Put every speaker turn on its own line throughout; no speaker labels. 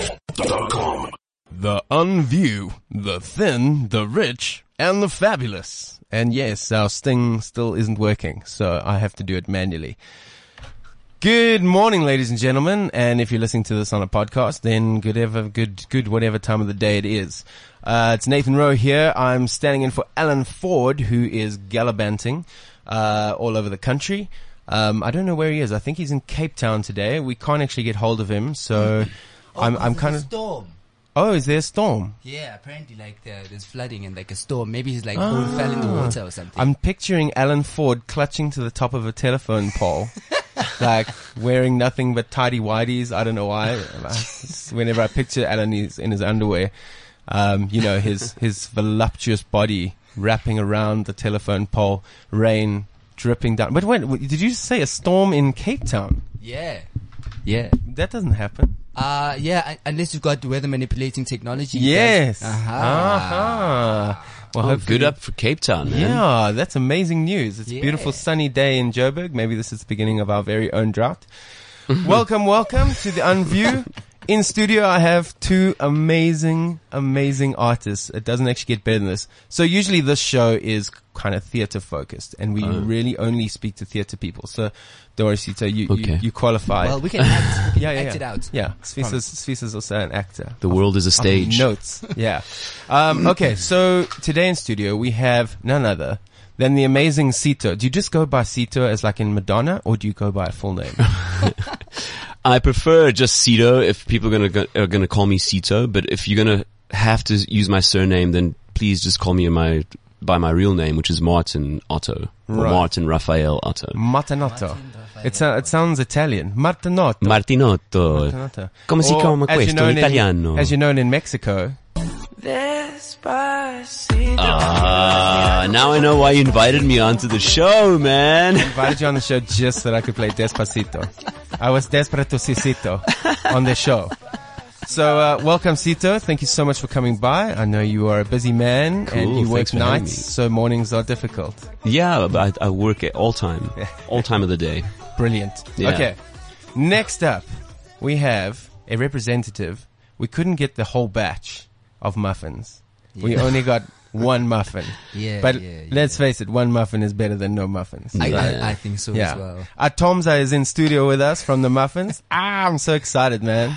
CliffCentral.com.
The unview, the thin, the rich, and the fabulous. And yes, our sting still isn't working, so I have to do it manually. Good morning, ladies and gentlemen. And if you're listening to this on a podcast, then good ever, good, good, whatever time of the day it is. Uh, it's Nathan Rowe here. I'm standing in for Alan Ford, who is gallivanting, uh, all over the country. Um, I don't know where he is. I think he's in Cape Town today. We can't actually get hold of him, so I'm, I'm kind of,
storm.
oh, is there a storm?
Yeah, apparently like there, there's flooding and like a storm. Maybe he's like all fell in the water or something.
Ah. I'm picturing Alan Ford clutching to the top of a telephone pole, like wearing nothing but tidy whities. I don't know why. Whenever I picture Alan he's in his underwear, um, you know, his, his voluptuous body wrapping around the telephone pole, rain dripping down. But wait, did you say a storm in Cape Town?
yeah, yeah.
That doesn't happen.
Uh yeah. un- Unless you've got weather manipulating technology. you
Yes. Uh-huh.
guys- Aha.
Aha. Well,
Oh,
hopefully-
good up for Cape Town, man.
Yeah, that's amazing news. It's a
Yeah.
beautiful sunny day in Joburg. Maybe this is the beginning of our very own drought. welcome, welcome to the Unview. In studio, I have two amazing, amazing artists. It doesn't actually get better than this. So usually this show is kind of theater focused and we
Uh.
really only speak to theater people. So Doris, you, you, you,
Okay.
you qualify.
Well, we can act, we can
yeah, yeah,
act
yeah.
it out.
Yeah. Svisa's, Svisa's also an actor
The world is a stage.
notes. Yeah. Um, okay. So today in studio we have none other than the amazing Sito. Do you just go by Sito as like in Madonna, or do you go by a full name?
I prefer just Cito if people are gonna go, are gonna call me Cito, but if you're gonna have to use my surname, then please just call me my by my real name, which is Martin Otto or
Right.
Martin Raphael Otto.
Martinotto. It, so- it sounds Italian. Martinotto.
Martinotto.
Martinotto.
Come si
Or,
chiama
as
questo?
known in-
Italiano.
as you're known in Mexico.
Ah, now I know why you invited me onto the show, man.
Invited you on the show just so that I could play Despacito. I was desperate to see Sito on the show. So uh, welcome, Sito. Thank you so much for coming by. I know you are a busy man and
Cool,
you work
thanks for having
nights,
me.
so mornings are difficult.
Yeah, but I, I work at all time, all time of the day.
Brilliant.
Yeah.
Okay. Next up, we have a representative. We couldn't get the whole batch of muffins. We only got one muffin.
Yeah,
But
yeah,
let's face it, one muffin is better than no muffins.
I,
Yeah.
I, I think so
yeah.
as well.
Our Tomza is in studio with us from the muffins. ah, I'm so excited, man.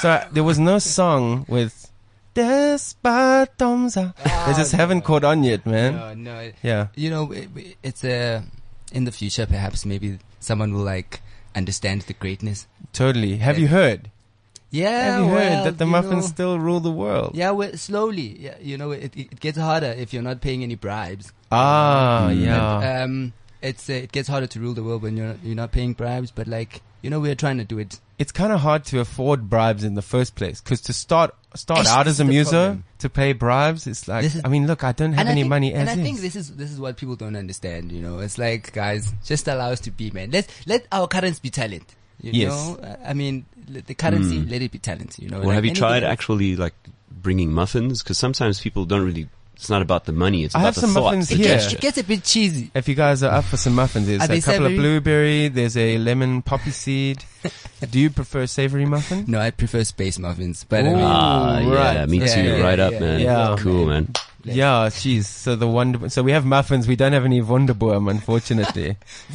So uh, there was no song with Despite Tomza. they
Ah,
just haven't caught on yet, man.
No, no. it-
Yeah.
You know, it, it's uh, in the future. Perhaps maybe someone will like understand the greatness.
Totally. Have
Yeah.
you heard?
Yeah.
Have you
Oh, well,
heard that the
you
muffins
know.
still rule the world?
Yeah, well, slowly. Yeah, you know, it, it it gets harder if you're not paying any bribes.
Ah, yeah.
Um, it's uh, it gets harder to rule the world when you're you're not paying bribes. But like, you know, we're trying to do it.
it's kind of hard to afford bribes in the first place because to start start
This
out as
is
a
the
muser
problem.
to pay bribes, it's like
This is-
I mean, look, I don't have
I
any
think,
money
And
as
I
is.
think this is this is what people don't understand. You know, it's like guys, just allow us to be, man. Let let our currency be talent. You
Yes. Hmm.
know, I- I mean, let the currency, let it be talent. You know,
Well,
Like
have you
anything
tried
else.
actually like bringing muffins? Because sometimes people don't really. It's not about the money. It's
I
about
have
the
some
thought,
muffins
the
here.
gesture.
It gets a bit cheesy.
if you guys are up for some muffins, there's
Are
a
they
couple
savory?
of blueberry, there's a lemon poppy seed. Do you prefer savory muffin?
No, I prefer space muffins, but I
Ooh.
mean,
Ah,
Right.
yeah, me
Yeah,
too.
yeah,
right up,
yeah,
man.
yeah.
Cool, man.
Yeah, jeez. So the wonder, so we have muffins. We don't have any wonderboom, unfortunately.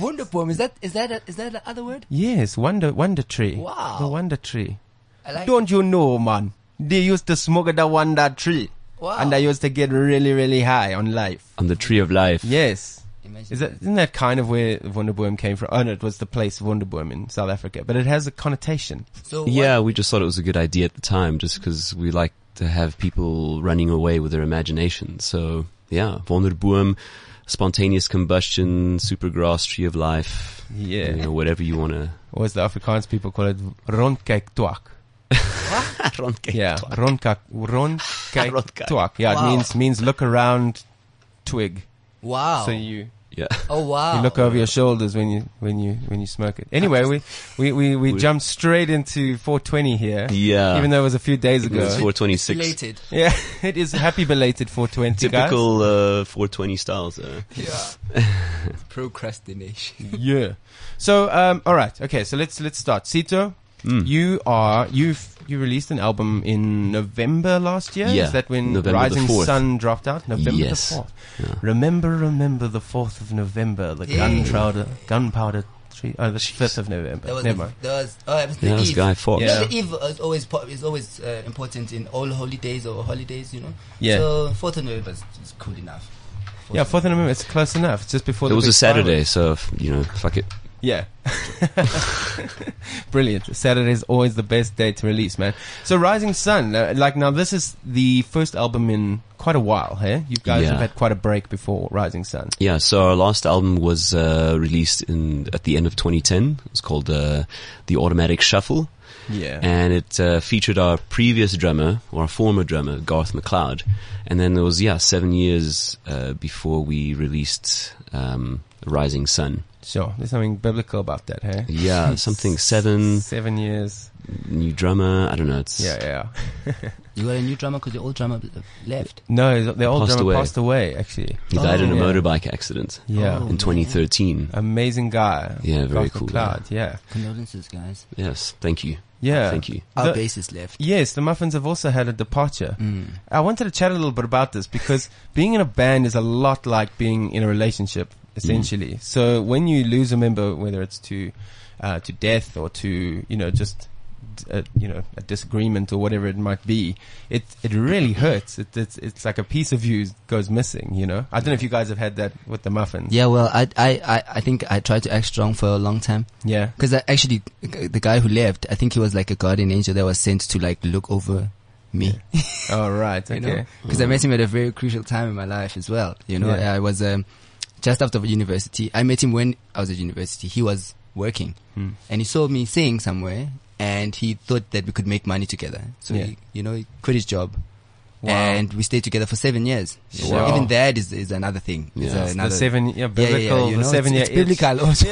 Wunderbaum is that is that a, is that the other word?
yes, wonder wonder tree.
Wow.
the wonder tree.
I like
Don't you know, man? They used to smoke the wonder tree,
Wow.
and I used to get really, really high on life.
On the tree of life.
Yes.
Imagine
Is that isn't that kind of where Wonderboom came from? Oh no, it was the place Wonderboom in South Africa, but it has a connotation.
So what-
Yeah, we just thought it was a good idea at the time, just because we like to have people running away with their imagination. So yeah, Wonderboom, spontaneous combustion, supergrass, tree of life.
Yeah.
you know, whatever you want to.
Or as the Afrikaans people call it, Rondkijk Twak. Yeah, Rondkijk Rondkijk
Rondkijk.
Twak. Yeah, it
Wow.
means means look around twig.
Wow.
So you
yeah.
oh wow.
you look over your shoulders when you when you when you smoke it. Anyway, we we we, we jumped straight into 420 here.
Yeah.
Even though it was a few days
It was
ago.
426.
Related.
Yeah, it is happy belated 420 guys.
Typical uh, 420 styles. Uh.
Yeah. Procrastination.
yeah. So, um, all right. Okay. So let's let's start. Sito,
Hmm. Mm.
You are you've you released an album in November last year.
Yeah,
Is that when
November the
Rising
4th.
Sun dropped out? November
Yes.
the fourth. Remember, remember the fourth of November, the gunpowder gunpowder tree. Oh, the fifth of November.
That was,
Never
the,
mind.
that was, oh, it was the
Yeah, that was
Eve.
Guy Fawkes.
You know,
Yeah.
the Eve is always, po- is always uh, important in all holidays or holidays, you know?
Yeah.
So 4th of November is, is cool enough.
Yeah, fourth of November. It's close enough. It's just before
It
the
was
big
a Saturday,
fireworks.
so f- you know, fuck it.
Yeah. Brilliant. Saturday's always the best day to release, man. So Rising Sun, uh, like now this is the first album in quite a while, hey? You guys
Yeah.
have had quite a break before Rising Sun.
Yeah, so our last album was uh, released in at the end of 2010. It was called uh, The Automatic Shuffle,
Yeah.
and it uh, featured our previous drummer, or our former drummer, Garth McLeod. And then there was, yeah, seven years uh, before we released um, Rising Sun.
sure. There's something biblical about that, hey?
Yeah, Uh, something seven,
Seven years.
new drummer, I don't know, it's...
Yeah, yeah.
You got a new drummer because your old drummer left.
No, the old
Passed
drummer
away.
passed away, actually.
He died in a
Oh, yeah.
motorbike accident
Yeah.
Oh.
in 2013.
Amazing guy.
Yeah, very
Garth
cool,
McLeod, yeah.
Condolences, guys.
Yes, thank you.
Yeah.
Thank you.
Our
The-
bassist left. Mm.
Yes, the Muffins have also had a departure. I wanted to chat a little bit about this because being in a band is a lot like being in a relationship, essentially.
Mm.
So when you lose a member, whether it's to uh, to death or to you know just uh, you know a disagreement or whatever it might be, it it really hurts. It, it's it's like a piece of you goes missing. You know, I don't know if you guys have had that with the Muffins.
Yeah, well, I, I, I, I think I tried to act strong for a long time.
yeah.
Because I actually, uh, the guy who left, I think he was like a guardian angel that was sent to like look over me.
All Oh, right.
you
Okay.
know, because I met him at a very crucial time in my life as well. You know,
Mm. Yeah.
I was um, just after university. I met him when I was at university. He was working,
Hmm.
and he saw me singing somewhere, and he thought that we could make money together. So
Yeah.
he, you know, he quit his job.
Wow.
And we stayed together for seven years. So
Wow.
Even that is, is another thing. Is
Yeah. The
The
another,
seven, yeah,
yeah, yeah,
biblical,
yeah, you
the
know,
seven
it's,
year
it's biblical also.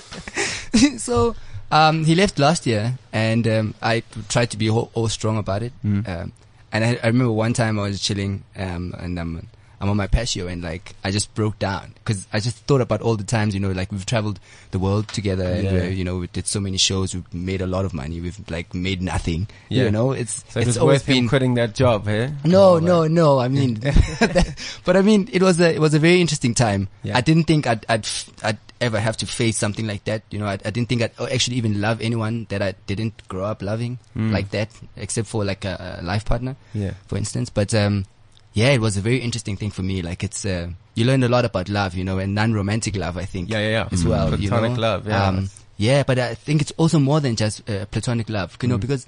so um, he left last year, and um, I tried to be all, all strong about it.
Mm.
Um, and I, I remember one time I was chilling, um, and I'm I'm on my patio, and like I just broke down because I just thought about all the times you know, like we've traveled the world together, and
Yeah.
we're, you know, we did so many shows, we've made a lot of money, we've like made nothing.
Yeah.
You know, it's
So it
it's
was
always
worth him
been
quitting that job, hey?
no, no, no. I mean, but I mean, it was a it was a very interesting time.
Yeah.
I didn't think I'd I'd f- I'd ever have to face something like that. You know, I, I didn't think I'd actually even love anyone that I didn't grow up loving
Mm.
like that, except for like a, a life partner,
Yeah.
for instance. But um, yeah, it was a very interesting thing for me. Like it's uh, you learn a lot about love, you know, and non-romantic love. I think
Yeah, yeah, yeah.
as well. you
Mm. Platonic
know?
love, yeah.
Um, yeah, but I think it's also more than just uh, platonic love, you know,
Mm.
because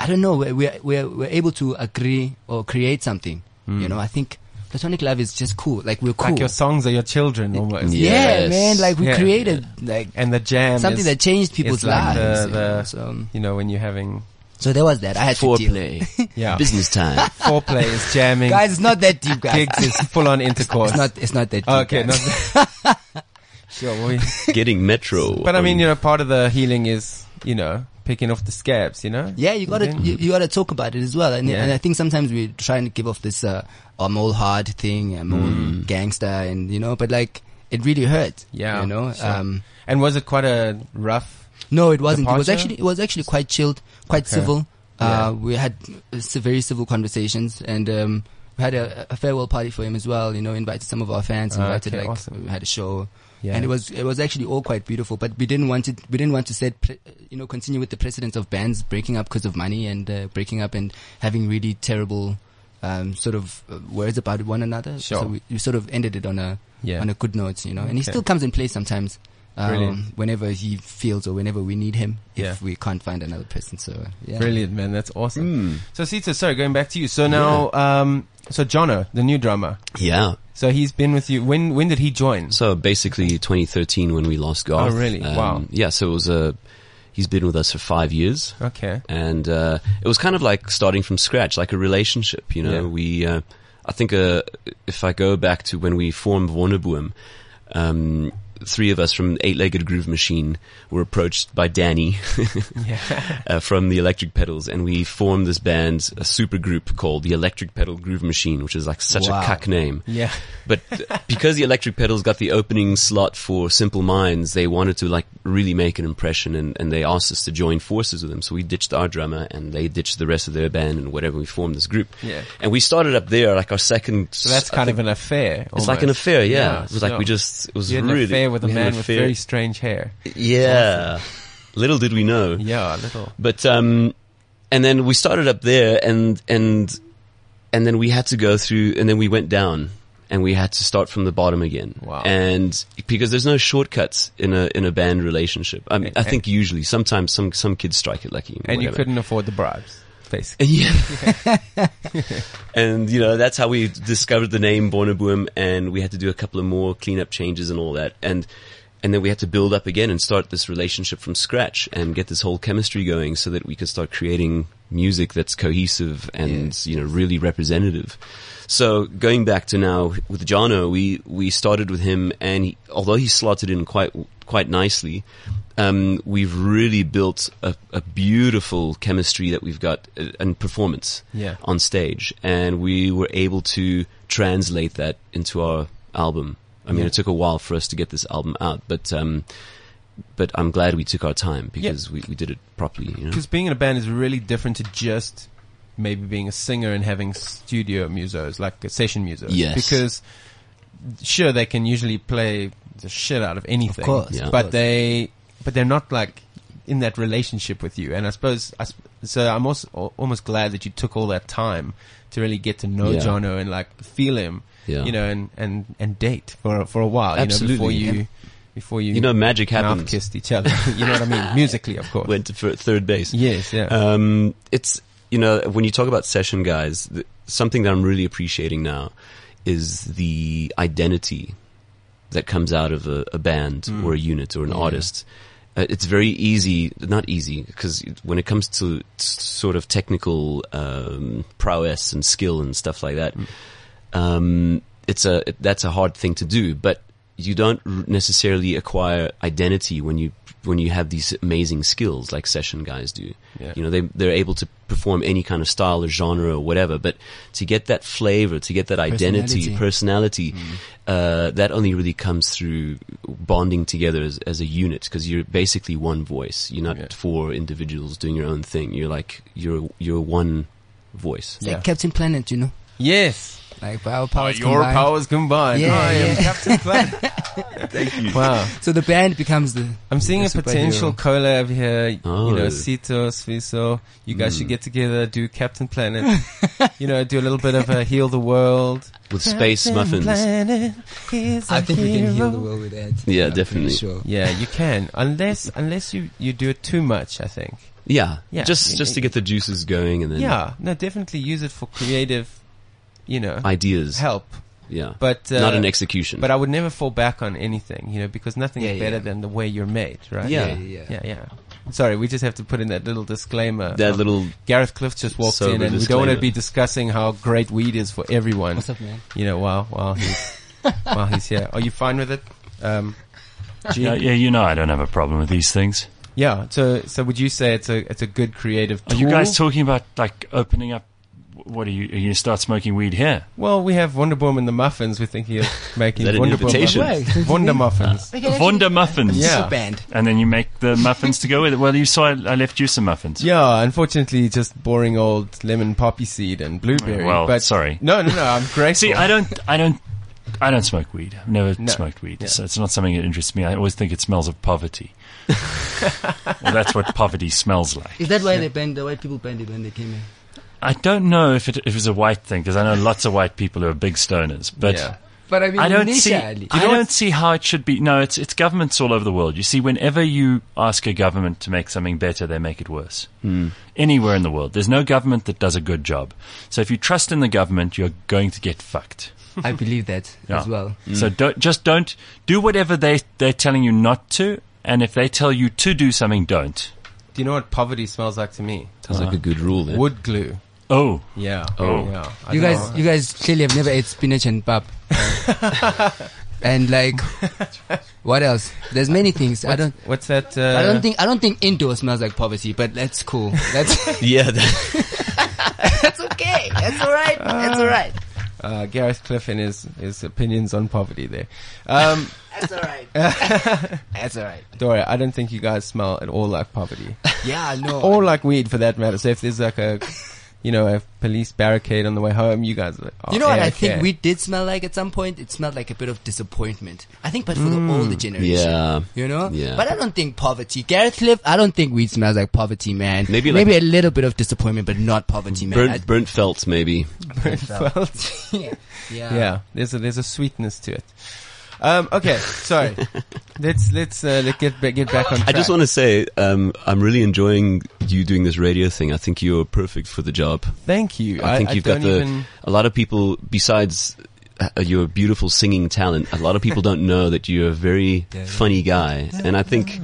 I don't know, we're, we're, we're, we're able to agree or create something, you know, I think platonic love is just cool. Like we're cool.
Mm. Like your songs are your children almost.
Yeah.
yeah,
Yes.
man, like we
Yeah.
created like
And the jam
something
is,
that changed people's
is like
lives.
the-
you
the-
know, so,
you know, when you're having,
so there was that. I had to deal.
Foreplay.
yeah,
Business time.
foreplay is jamming,
Guys, it's not that deep, guys.
gigs is full on intercourse.
It's not, it's not that deep.
okay,
guys.
not- sure. well, we-
Getting Metro.
but I mean,
on-
you know, part of the healing is, you know, picking off the scabs, you know?
Yeah, you gotta
Okay.
you, you gotta talk about it as well, and,
Yeah.
and I think sometimes we try and give off this uh, I'm all hard thing, I'm all gangster, and you know, but like it really hurt.
Mm. Yeah,
you know.
sure.
Um,
And was it quite a rough?
no, it wasn't. It was
Departure?
actually it was actually quite chilled, quite
Okay.
civil.
Yeah.
Uh, we had uh, s- very civil conversations, and um, we had a, a farewell party for him as well. You know, invited some of our fans,
Ah,
invited
okay,
like
awesome.
we had a show.
Yeah.
And it was it was actually all quite beautiful, but we didn't want it. We didn't want to set pre, you know continue with the precedence of bands breaking up because of money and uh, breaking up and having really terrible um, sort of uh, words about one another.
Sure.
So we, we sort of ended it on a
Yeah.
on a good note, you know. And he
Okay.
still comes and plays sometimes um,
Brilliant.
whenever he feels or whenever we need him if
Yeah.
we can't find another person. So uh, yeah.
Brilliant, man. That's
Mm.
Hmm.
awesome. So, Sita, sorry, going back to you. So now, um, so Jono, the new drummer.
yeah.
So he's been with you. When, when did he join?
So basically 2013 when we lost Garth. Um,
Oh, really? Wow.
Yeah, so it was a, he's been with us for five years.
Okay.
and uh, it was kind of like starting from scratch, like a relationship. You know,
Yeah.
we. Uh, I think uh, if I go back to when we formed Warner Boom, um, three of us from Eight Legged Groove Machine were approached by Danny uh, from the Electric Pedals, and we formed this band, a super group called the Electric Pedal Groove Machine, which is like such
Wow.
a cuck name.
Yeah.
But uh, because the Electric Pedals got the opening slot for Simple Minds, they wanted to like really make an impression, and, and they asked us to join forces with them. So we ditched our drummer, and they ditched the rest of their band, and whatever. We formed this group,
Yeah.
and we started up there like our second.
So that's kind of an affair.
It's like an
almost.
affair, yeah.
Yeah,
it was like
so
we just it was
You had an
really
affair with a
we had an
man with
affair.
very strange hair.
yeah. Little did we know,
Yeah, a little.
but um, and then we started up there, and and and then we had to go through, and then we went down, and we had to start from the bottom again.
Wow.
And because there's no shortcuts in a in a band relationship, I, mean, I
And-
think usually sometimes some some kids strike it lucky,
And you
whatever.
couldn't afford the bribes, basically.
And yeah. and you know, that's how we discovered the name Bornaboom and we had to do a couple of more cleanup changes and all that. And and then we had to build up again and start this relationship from scratch and get this whole chemistry going so that we could start creating music that's cohesive and you know really representative. So going back to now with Jono, we we started with him and he, although he slotted in quite quite nicely, um, we've really built a, a beautiful chemistry that we've got uh, and performance
Yeah.
on stage, and we were able to translate that into our album. I mean, it took a while for us to get this album out, but um, but I'm glad we took our time because we, we did it properly. You know?
Because being in a band is really different to just maybe being a singer and having studio musos, like uh, session musos.
Yes.
Because sure, they can usually play the shit out of anything.
course,
Yeah. of
But
course.
they, but they're not like in that relationship with you. And I suppose, I, sp- so I'm also al- almost glad that you took all that time to really get to know
Yeah.
Jono and like feel him,
Yeah.
you know, and, and, and date for, for a while,
Absolutely.
you know, before you, before you,
You know, magic
mouth
happens.
kissed each other. you know what I mean? Musically, of course.
Went to fir- third base.
Yes, yeah.
Um, it's you know when you talk about session guys, th- something that I'm really appreciating now is the identity that comes out of a, a band or a unit or an artist. Uh, it's very easy, not easy, because when it comes to s- sort of technical um, prowess and skill and stuff like that, um, it's a it- that's a hard thing to do. But you don't r- necessarily acquire identity when you when you have these amazing skills like session guys do.
Yeah.
You know, they they're able to perform any kind of style or genre or whatever. But to get that flavor, to get that identity, personality,
Personality.
Mm.
uh, that only really comes through bonding together as, as a unit because you're basically one voice. You're not
Yeah.
four individuals doing your own thing. You're like you're you're one voice.
It's
Yeah.
like Captain Planet, you know,
Yes.
like power powers
your
combined.
powers combined.
Yeah,
I am
yeah.
Captain Planet. Wow.
So the band becomes the
I'm seeing a,
A
potential
superhero.
collab here. You know,
Oh. Hmm.
Sito, Sviso. You guys should get together, do Captain Planet. you know, do a little bit of a heal the world.
With space muffins.
I think we can heal the world with that.
Yeah,
pretty
definitely.
Sure.
Yeah, you can. Unless, unless you, you do it too much, I think.
Yeah,
Yeah.
just just to get the juices going and then
Yeah. No, definitely use it for creative, you know,
ideas.
help.
Yeah,
But, uh,
not an execution.
but I would never fall back on anything, you know, because nothing
Yeah,
is
yeah.
better than the way you're made, right?
Yeah.
Yeah, yeah.
Yeah, yeah. Sorry, we just have to put in that little disclaimer.
that
Um,
little
Gareth Cliff just walked
sober
in, and we don't want to
disclaimer.
be discussing how great weed is for everyone.
What's up, man?
You know, while while he's while he's here. Are you fine with it? Um, Gene?
Yeah, yeah, you know I don't have a problem with these things.
yeah. So so would you say it's a it's a good creative
Are
tool?
you guys talking about like opening up? What are you? Are you gonna start smoking weed here?
well, we have Wonder Woman the muffins. We're thinking of making
Is that an
Wonder Woman
invitation?
Wait,
Wonder muffins.
Vonda muffins.
Yeah.
Super band.
And then you make the muffins to go with it. Well, you saw I, I left you some muffins.
Yeah, unfortunately, just boring old lemon poppy seed and blueberry.
Well,
but
sorry.
No, no, no. I'm grateful.
See, I don't, I don't, I don't smoke weed. I've never
No.
smoked weed,
Yeah.
so it's not something that interests me. I always think it smells of poverty. well, that's what poverty smells like.
Is that why they banned the white people banned it when they came here?
I don't know if it, if it was a white thing because I know lots of white people who are big stoners, but.
Yeah.
But I mean,
I don't see. I
initially,
don't see how it should be. No, it's it's governments all over the world. You see, whenever you ask a government to make something better, they make it worse. Anywhere in the world, there's no government that does a good job. So if you trust in the government, you're going to get fucked.
I believe that
Yeah.
as well.
So don't just don't do whatever they they're telling you not to, and if they tell you to do something, don't.
Do you know what poverty smells like to me?
sounds like a good rule. There.
Wood glue.
Oh,
Yeah.
Oh.
Yeah. I
You
don't
guys,
know.
you guys clearly have never ate spinach and pap, and like What else? There's many things. I don't.
What's that? Uh,
I don't think. I don't think indoor smells like poverty, but that's cool. That's
Yeah,
that's okay. That's all right. That's all right.
uh, Gareth Cliff and his his opinions on poverty. There, um,
That's all right. that's all right.
Doria, I don't think you guys smell at all like poverty,
Yeah, no.
or like weed for that matter. So if there's like a, you know, a police barricade on the way home, you guys. Are
you know what I
A-okay.
think we did smell like at some point? It smelled like a bit of disappointment. I think, but for the older generation.
Hmm, yeah.
You know?
Yeah.
But I don't think poverty. Gareth Cliff, I don't think weed smells like poverty, man.
Maybe like-
Maybe a little bit of disappointment, but not poverty, man.
Burnt, burnt felt maybe.
Well,
I- yeah. yeah.
yeah, there's a there's a sweetness to it. Um, okay, sorry. let's let's uh, let get ba- get back on. Track.
I just want to say, um, I'm really enjoying you doing this radio thing. I think you're perfect for the job.
thank you.
I think you've got
don't
the.
even-
A lot of people, besides uh, your beautiful singing talent, a lot of people don't know that you're a very funny guy, and I think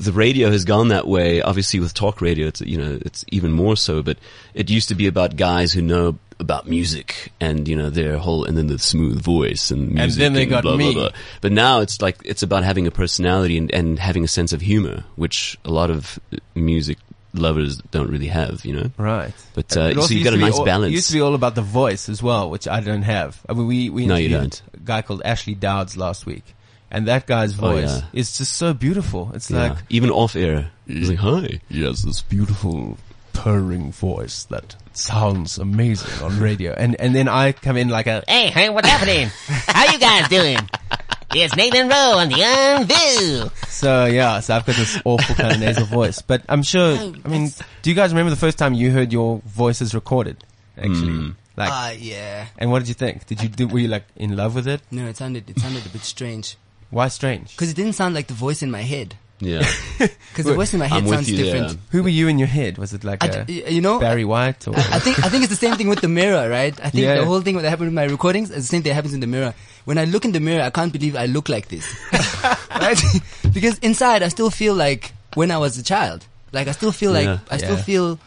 the radio has gone that way. Obviously, with talk radio, it's you know it's even more so. But it used to be about guys who know about music and you know their whole and then the smooth voice and music
then they got
blah,
me.
Blah, blah. But now it's like it's about having a personality and, and having a sense of humor, which a lot of uh, music lovers don't really have. You know.
Right.
But, uh,
It
so
also
you've got a
used to be
nice
all-
balance.
It used to be all about the voice as well, which I don't have. I mean, we, we
No, you don't.
interviewed a guy called Ashley Dowds last week. And that guy's voice
Oh, yeah.
is just so beautiful. It's
Yeah.
like,
even off air. He's like, hi.
he has this beautiful purring voice that sounds amazing on radio. And, and then I come in like a,
Hey, hey, what's happening? How you guys doing? It's Nathan Rowe on the Unview.
so yeah, so I've got this awful kind of nasal voice. But I'm sure, I mean, do you guys remember the first time you heard your voices recorded? Actually.
Hmm.
Like,
Ah, yeah.
and what did you think? Did you, do, were you like in love with it?
No, it sounded, it sounded a bit strange.
Why strange?
Cause it didn't sound like the voice in my head.
Yeah.
Cause the voice in my head
I'm with
sounds
you there.
different.
Who were you in your head? Was it like
I
a
d- y- you know,
Barry White or?
I think I think it's the same thing with the mirror, right? I think
Yeah.
the whole thing that happened with my recordings is the same thing that happens in the mirror. When I look in the mirror, I can't believe I look like this, right? because inside, I still feel like when I was a child. Like I still feel like
Yeah.
I still
Yeah.
feel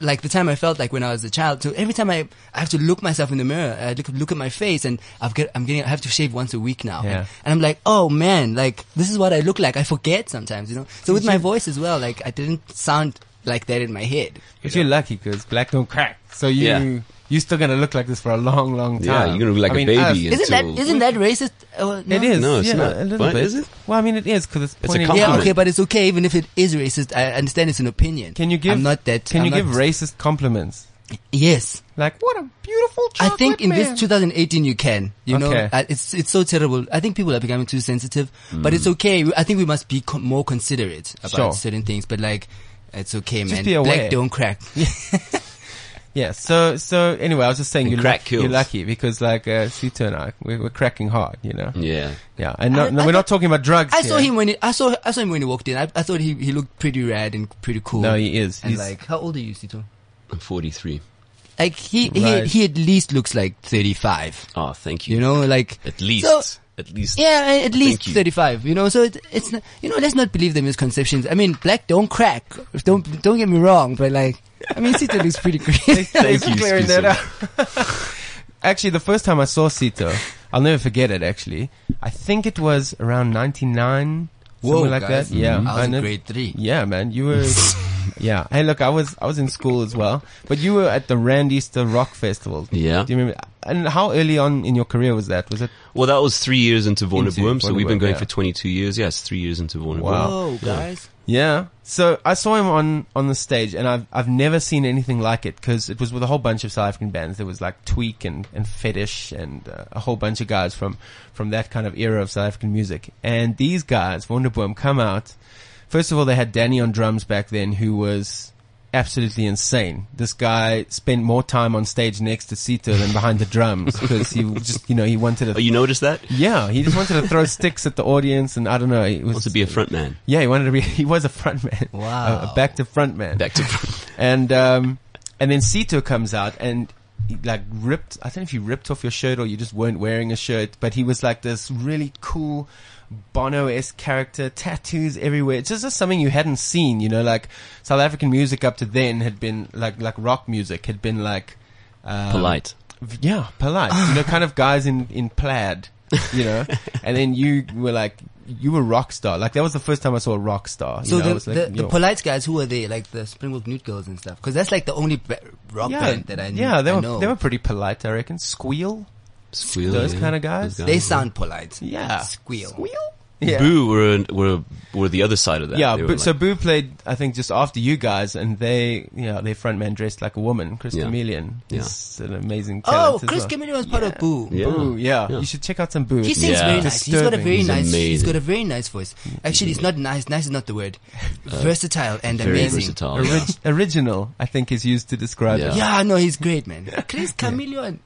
like the time I felt like when I was a child. So every time I, I have to look myself in the mirror, I look look at my face, and I've get, I'm getting I have to shave once a week now,
Yeah.
and, and I'm like, oh man, like this is what I look like. I forget sometimes, you know. So with my voice as well, like I didn't sound like that in my head.
But you're lucky because black don't crack. So you
Yeah.
you're still gonna look like this for a long, long
Yeah,
time.
you're gonna be like
I
a
mean,
baby.
us-
Isn't that
until-
isn't that racist? Uh, no?
it is.
No, it's
yeah,
not.
A little
But
bit.
is it?
Well, I mean, it is because it's pointing.
compliment.
out.
Yeah,
Compliment.
okay, but it's okay even if it is racist. I understand it's an opinion.
Can you give?
I'm not that.
Can
I'm
you
not-
give racist compliments?
Yes,
Like what a beautiful.
I
Chocolate
think in
man."
this 2018 you can. You know,
Okay.
I- it's it's so terrible. I think people are becoming too sensitive, but it's Mm. okay. I think we must be co- more considerate about
Sure.
certain things. But like, it's okay, man.
be aware.
Black don't crack.
Yeah. So so anyway, I was just saying
And
you're
crack
lucky, you're
kills.
lucky because like uh, Sita and I, we're, we're cracking hard. You know.
Yeah.
Yeah. And no,
I-
no,
I
we're not
thought-
talking about drugs.
I saw
here.
him when he, I saw I saw him when he walked in. I, I thought he, he looked pretty rad and pretty cool.
No, he is.
and
He's-
like, how old are you, Sito?
I'm 43.
Like he,
Right.
he he at least looks like 35.
Oh, thank you.
You know, like
At least.
So-
at least.
Yeah, at least
Thank you.
35, you know, so it, it's, not, you know, let's not believe the misconceptions. I mean, black don't crack. Don't, don't get me wrong, but like, I mean, Sita looks pretty great.
Thank
Thanks
you,
for clearing
Scuso.
that up. actually, the first time I saw Sito, I'll never forget it. Actually, I think it was around '99, something like
guys.
that. Yeah,
I was in
know.
grade three.
Yeah, man, you were. yeah. Hey, look, I was I was in school as well, but you were at the Rand Easter Rock Festival.
Yeah.
Do you remember? And how early on in your career was that? Was it?
Well, that was three years into Warner
Into
Boom, so we've been
Vonnegut,
going
yeah.
for 22 years. Yeah, it's three years into Warner
Wow.
Whoa, guys.
Yeah. So I saw him on, on the stage and I've, I've never seen anything like it because it was with a whole bunch of South African bands. There was like Tweak and, and Fetish and uh, a whole bunch of guys from, from that kind of era of South African music. And these guys, Wonderboom, come out. First of all, they had Danny on drums back then who was absolutely insane. This guy spent more time on stage next to Sito than behind the drums because he just, you know, he wanted
Oh,
to,
you noticed that?
yeah, he just wanted to throw sticks at the audience and I don't know. It was
Wants to be a front man.
yeah, he wanted to be. He was a front man.
Wow.
a, a back to front man.
Back to front.
And um, and then Sito comes out and he, like ripped. I don't know if you ripped off your shirt or you just weren't wearing a shirt, but he was like this really cool Bono esque character, tattoos everywhere. It's just, just something you hadn't seen. You know, like South African music up to then had been like like rock music had been like um,
Polite.
yeah, polite. you know, kind of guys in in plaid. you know? and then you were like, you were rock star. Like that was the first time I saw a rock star.
So
you know, I was
the,
like,
the, the
yo.
polite guys who are they like the Springwood Newt girls and stuff because that's like the only ba- rock band that I kn-
yeah, they
I
were
know.
they were pretty polite, I reckon. Squeal,
Squeal,
those
yeah.
kind of guys.
Those
They sound polite.
yeah,
Squeal.
squeal. Yeah,
Boo were, were were the other side of that.
Yeah,
They were
Boo, so
like-
Boo played, I think, just after you guys, and they, you know, their frontman dressed like a woman, Chris
Yeah.
Chameleon.
Yeah.
is an amazing.
Oh,
talent as
Chris
well.
Chameleon was part of Boo.
Yeah.
Boo, yeah.
Yeah.
you should check out some Boo.
He sings
Yeah.
very nice. He's got a
Disturbing.
very
He's
nice. He's
amazing.
got a very nice voice. Actually, it's not nice. Nice is not the word. versatile and
Uh, very
amazing.
versatile. yeah.
Orig- original, I think, is used to describe
Yeah.
it.
Oh, Yeah, no, he's great, man. Chris Chameleon.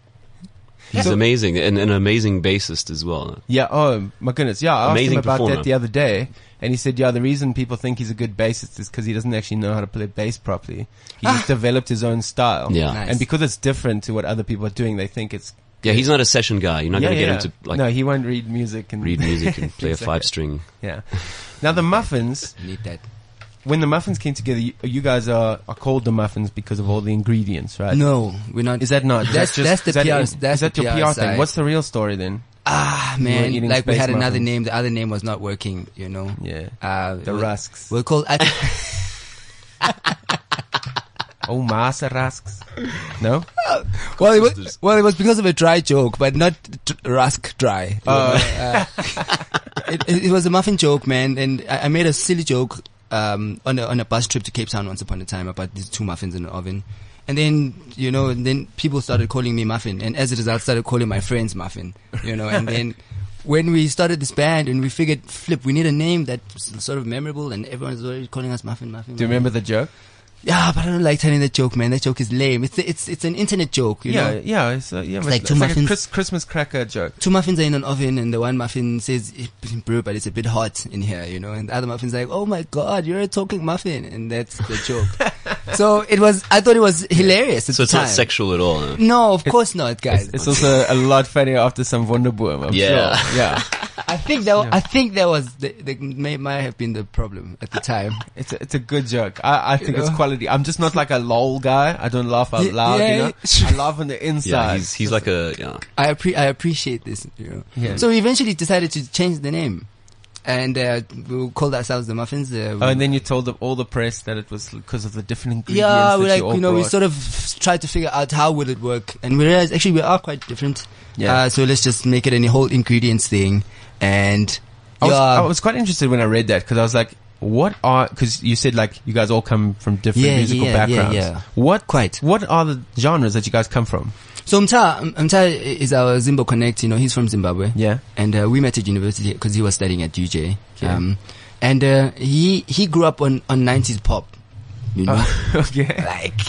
He's amazing and an amazing bassist as well.
Yeah. Oh my goodness. Yeah. I
Amazing
asked him about that
performer.
the other day, and he said, "Yeah, the reason people think he's a good bassist is because he doesn't actually know how to play bass properly. He just developed his own style.
Yeah.
Ah. Nice.
And because it's different to what other people are doing, they think it's.
Yeah, he's not a session guy. You're not
yeah,
going to
yeah.
get him to like
no, he won't read music and
read music and play
Exactly.
a five string.
Yeah. Now the muffins.
Need that.
When the muffins came together, you, you guys are, are called the muffins because of all the ingredients, right?
No, we're not.
Is that not? is
That's-
that just,
that's the
is that,
PR
is
that's
that
the
your
PR
PR thing?
side.
What's the real story then?
Ah, man.
eating
Like we
space
had another
muffins.
name. The other name was not working. You know.
Yeah.
Uh,
The
we're-
rusks.
We're called. I,
Oh, Masa Rasks. No?
well, it was, well, it was because of a dry joke, but not t- rusk dry.
Oh,
Uh, it, it, it was a muffin joke, man, and I, I made a silly joke um, on a on a bus trip to Cape Town once upon a time about these two muffins in an oven. And then, you know, and then people started calling me Muffin, and as a result, started calling my friends Muffin, you know, and then when we started this band and we figured, flip, we need a name that's sort of memorable and everyone's already calling us Muffin, Muffin.
Do you
Muffin.
remember the joke?
Yeah, but I don't like telling that joke, man. That joke is lame. It's it's it's an internet joke, you
yeah,
know.
yeah, it's, uh, yeah, it's
like
it's
two
like a
muffins.
Chris, Christmas cracker joke.
Two muffins are in an oven, and the one muffin says, "Bro, but it's a bit hot in here," you know. And the other muffin's like, "Oh my god, you're a talking muffin," and that's the joke. so it was. I thought it was hilarious. At
So
the
it's not
time.
sexual at all. huh?
No, of course not, guys.
It's also a lot funnier after some Wonderboom. I'm
Yeah.
sure. Yeah.
I think that I think that was the, the may might have been the problem at the time.
It's a, it's a good joke. I, I think it's
know?
quality. I'm just not like a lol guy. I don't laugh out
Yeah,
loud,
yeah.
you know? I laugh on the inside.
Yeah, he's he's like a yeah.
I appre- I appreciate this. You know?
Yeah.
So we eventually decided to change the name, and uh, we called ourselves the Muffins. Uh,
Oh, and then you told the, all the press that it was because of the different ingredients
Yeah,
that
we like
you all
you know we
brought.
sort of tried to figure out how will it work, and we realized actually we are quite different.
Yeah.
Uh, so let's just make it a whole ingredients thing, and
I was,
yeah,
I was quite interested when I read that because I was like, what are, because you said like you guys all come from different
Yeah,
musical
yeah, yeah,
backgrounds.
yeah.
What,
Quite.
what are the genres that you guys come from?
so Mta Mta is our Zimbo Connect. You know, he's from Zimbabwe.
Yeah.
and uh, we met at university because he was studying at UJ. Um, and uh, he he grew up on on nineties pop. You
Uh,
know,
okay.
like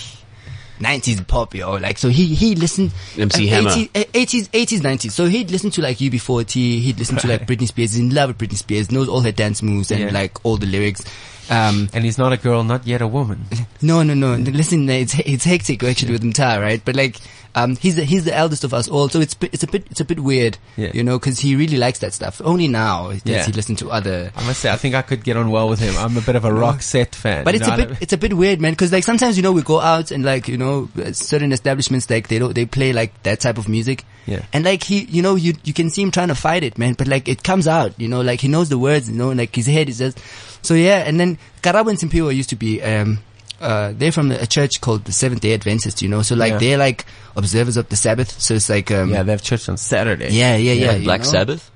90s pop, yo. Like, so he, he listened.
MC
uh,
Hammer.
80s, uh, 80s, 80s, 90s. So he'd listen to like UB40. He'd listen to like Britney Spears. He's in love with Britney Spears. Knows all her dance moves and
Yeah.
like all the lyrics. Um,
And he's not a girl, not yet a woman.
no, no, no. Listen, it's it's hectic actually with Mta, right? But like, um, he's the, he's the eldest of us all, so it's bi- it's a bit it's a bit weird,
Yeah.
you know, because he really likes that stuff. Only now does
Yeah.
he listen to other
I must say, I think I could get on well with him. I'm a bit of a rock set fan.
But
you
it's
know,
a
I
bit,
don't-
it's a bit weird, man. Because like sometimes you know we go out and like you know uh, certain establishments like they don't they play like that type of music.
Yeah.
And like he, you know, you you can see him trying to fight it, man. But like it comes out, you know, like he knows the words, you know, and, like his head is just. So yeah, and then Karabo and Simpiwe used to be. um uh, they're from a church called the Seventh Day Adventists, you know. So like
Yeah.
they're like observers of the Sabbath. So it's like um,
yeah,
yeah,
they have church on Saturday.
yeah, yeah,
Like
you
Black
know?
Sabbath?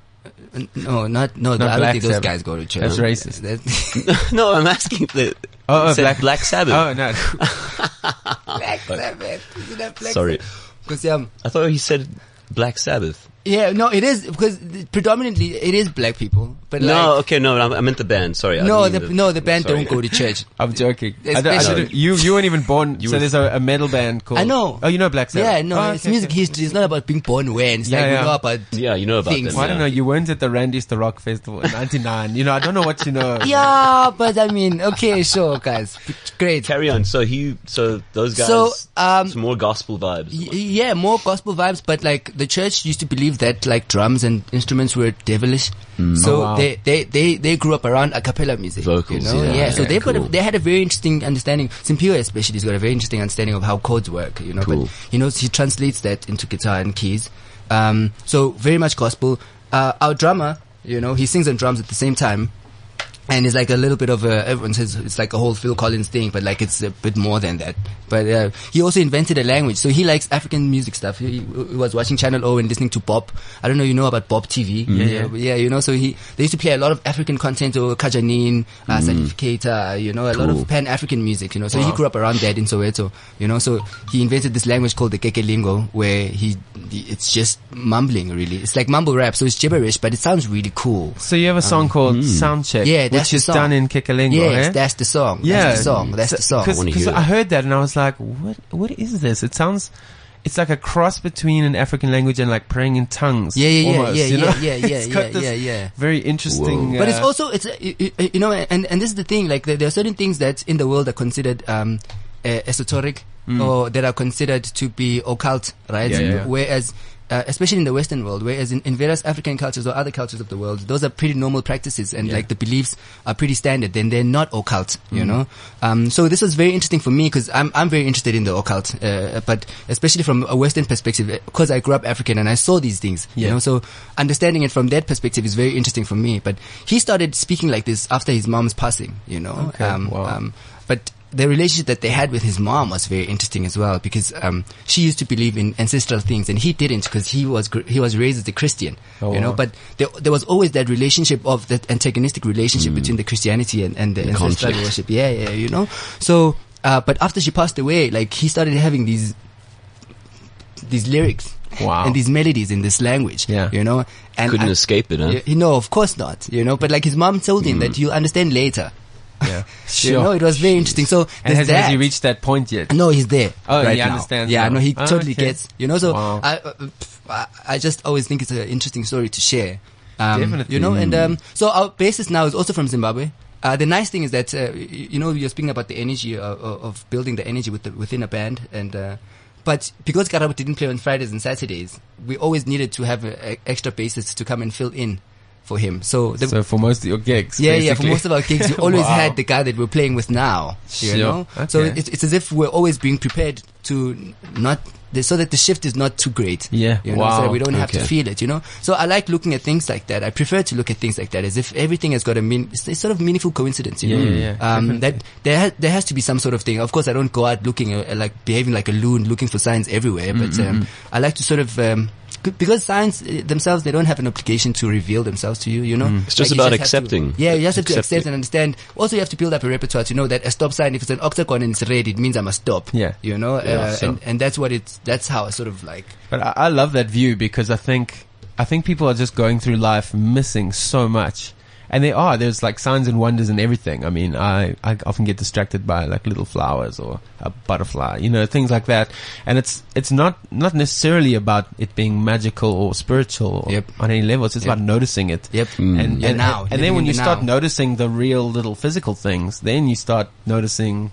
No, not no. I don't
Black
think those
Sabbath.
guys go to church.
That's racist.
That-
no, I'm asking the
Oh, oh,
it said
Black-
Black Sabbath.
Oh, no.
Black Sabbath. Isn't that Black
Sorry.
Because um,
I thought he said Black Sabbath.
Yeah, no, it is because th- predominantly it is black people, but
no,
like
okay, no, I I meant the band. Sorry. I
no,
didn't
the,
mean
no, the band
sorry.
don't go to church.
I'm joking. I don't, I
Especially-
didn't- you, you weren't even born.
You
so
were-
there's a, a metal band called.
I know.
Oh, you know Black Sabbath?
Yeah, no,
Oh,
it's
okay,
music
okay.
history. It's not about being born when. It's
Yeah,
like
yeah.
we know about.
Yeah, you know about
Things.
them.
Well, I don't
yeah.
know. You weren't at the Randy's the Rock Festival in '99. You know, I don't know what you know.
Yeah, but I mean, okay, sure, guys, great.
Carry on. So he, so those guys,
So, um,
some more gospel vibes.
Y- yeah, more gospel vibes, but like the church used to believe that like drums and instruments were devilish. So
Mm.
Oh, wow.
they, they, they, they grew up around a cappella music.
Vocals,
you know?
yeah,
so
okay,
they've got a,
cool.
they had a very interesting understanding. Simpio especially has got a very interesting understanding of how chords work, you know,
Cool.
but he knows, he translates that into guitar and keys. Um, so very much gospel. uh, our drummer, you know, he sings and drums at the same time. And it's like a little bit of a, everyone says it's like a whole Phil Collins thing, but like it's a bit more than that. But uh, he also invented a language, so he likes African music stuff. He, he was watching Channel O and listening to Bob. I don't know, you know about Bob TV? Mm-hmm. Yeah, yeah, you know. So he they used to play a lot of African content, or Kajanin, uh, Certificator, you know, a lot of Pan African music, you know. So he grew up around that in Soweto, you know. So he invented this language called the Keke Lingo, where he it's just mumbling really. It's like mumble rap, so it's gibberish, but it sounds really cool.
So you have a song called Soundcheck,
Um, hmm. Yeah, that's
which
the
is
song.
done in Kikalingo,
Yes,
eh?
that's the song.
yeah,
that's the song. That's the song.
wanna
Because
hear
I
that.
heard that and I was like, what? What is this? It sounds, it's like a cross between an African language and like praying in tongues.
Yeah, yeah, yeah,
almost,
yeah,
you know?
yeah, yeah, yeah,
It's got
yeah,
this
yeah, yeah.
Very interesting.
But it's
uh,
also it's uh, you, you- you know, and and this is the thing. Like there, there are certain things that in the world are considered um, uh, esoteric
Mm.
or that are considered to be occult, right?
Yeah, yeah.
Whereas. Uh, especially in the Western world, whereas in, in various African cultures or other cultures of the world, those are pretty normal practices, and like the beliefs are pretty standard. Then they're not occult, you know. Um, so this was very interesting for me because I'm I'm very interested in the occult, uh, but especially from a Western perspective, because I grew up African and I saw these things, you
Yeah.
know. So understanding it from that perspective is very interesting for me. But he started speaking like this after his mom's passing, you know.
Okay,
Um,
wow.
but the relationship that they had with his mom was very interesting as well because um, she used to believe in ancestral things and he didn't because he was gr- he was raised as a Christian,
Oh,
you know.
wow.
But there, there was always that relationship of that antagonistic
Mm.
relationship between the Christianity and, and the, ancestral
conflict.
worship. Yeah, yeah, you know. So, uh, but after she passed away, like he started having these these lyrics
Wow.
and these melodies in this language.
Yeah.
You know? And
Couldn't
I-
escape it, huh?
Yeah, no, of course not. You know, but like his mom told him
Mm.
that you'll understand later.
yeah.
You know, it was very interesting. So
And has,
there's
has
that.
he reached that point yet?
No, he's there.
Oh,
right
he
now.
understands
Yeah,
now.
no, he
Ah,
totally
okay.
gets. You know, so
Wow.
I, uh, pff, I, I just always think it's an interesting story to share. Um,
Definitely.
You know, and um, so our bassist now is also from Zimbabwe. Uh, the nice thing is that uh, y- you know you're speaking about the energy of, of building the energy with the, within a band, and uh, but because Karabo didn't play on Fridays and Saturdays, we always needed to have a, a extra bassist to come and fill in for him. So the
So for most of your gigs,
yeah, yeah. For
basically.
most of our gigs, we always
Wow.
had the guy that we're playing with now. You
Sure.
know, so
Okay.
it's, it's as if we're always being prepared to n- not the- so that the shift is not too great.
Yeah.
you know, so that
Wow.
we don't have to
Okay.
feel it. You know, so I like looking at things like that. I prefer to look at things like that as if everything has got a mean, it's, it's sort of meaningful coincidence. You
Yeah,
know,
yeah, yeah.
Um, that there ha- there has to be some sort of thing. Of course, I don't go out looking uh, uh, like behaving like a loon, looking for signs everywhere. But um, I like to sort of. Um, c- because signs uh, themselves, they don't have an obligation to reveal themselves to you, you
Mm.
know?
It's just
you
about
have to-
accepting.
yeah, you just have to
Accept it.
accept and understand. Also, you have to build up a repertoire to know that a stop sign, if it's an octagon and it's red, it means I must stop.
Yeah.
you know, uh,
sure.
and, and that's what it's. That's how I sort of like.
But I, I love that view because I think I think people are just going through life missing so much. And they are. There's like signs and wonders and everything. I mean, I, I often get distracted by like little flowers or a butterfly, you know, things like that. And it's, it's not, not necessarily about it being magical or spiritual or
Yep.
on any level. It's just
Yep.
about noticing it.
Yep.
Hmm. Mm.
And,
Yeah,
and,
now,
and
living
then when
in
you
the
start
now.
noticing the real little physical things, then you start noticing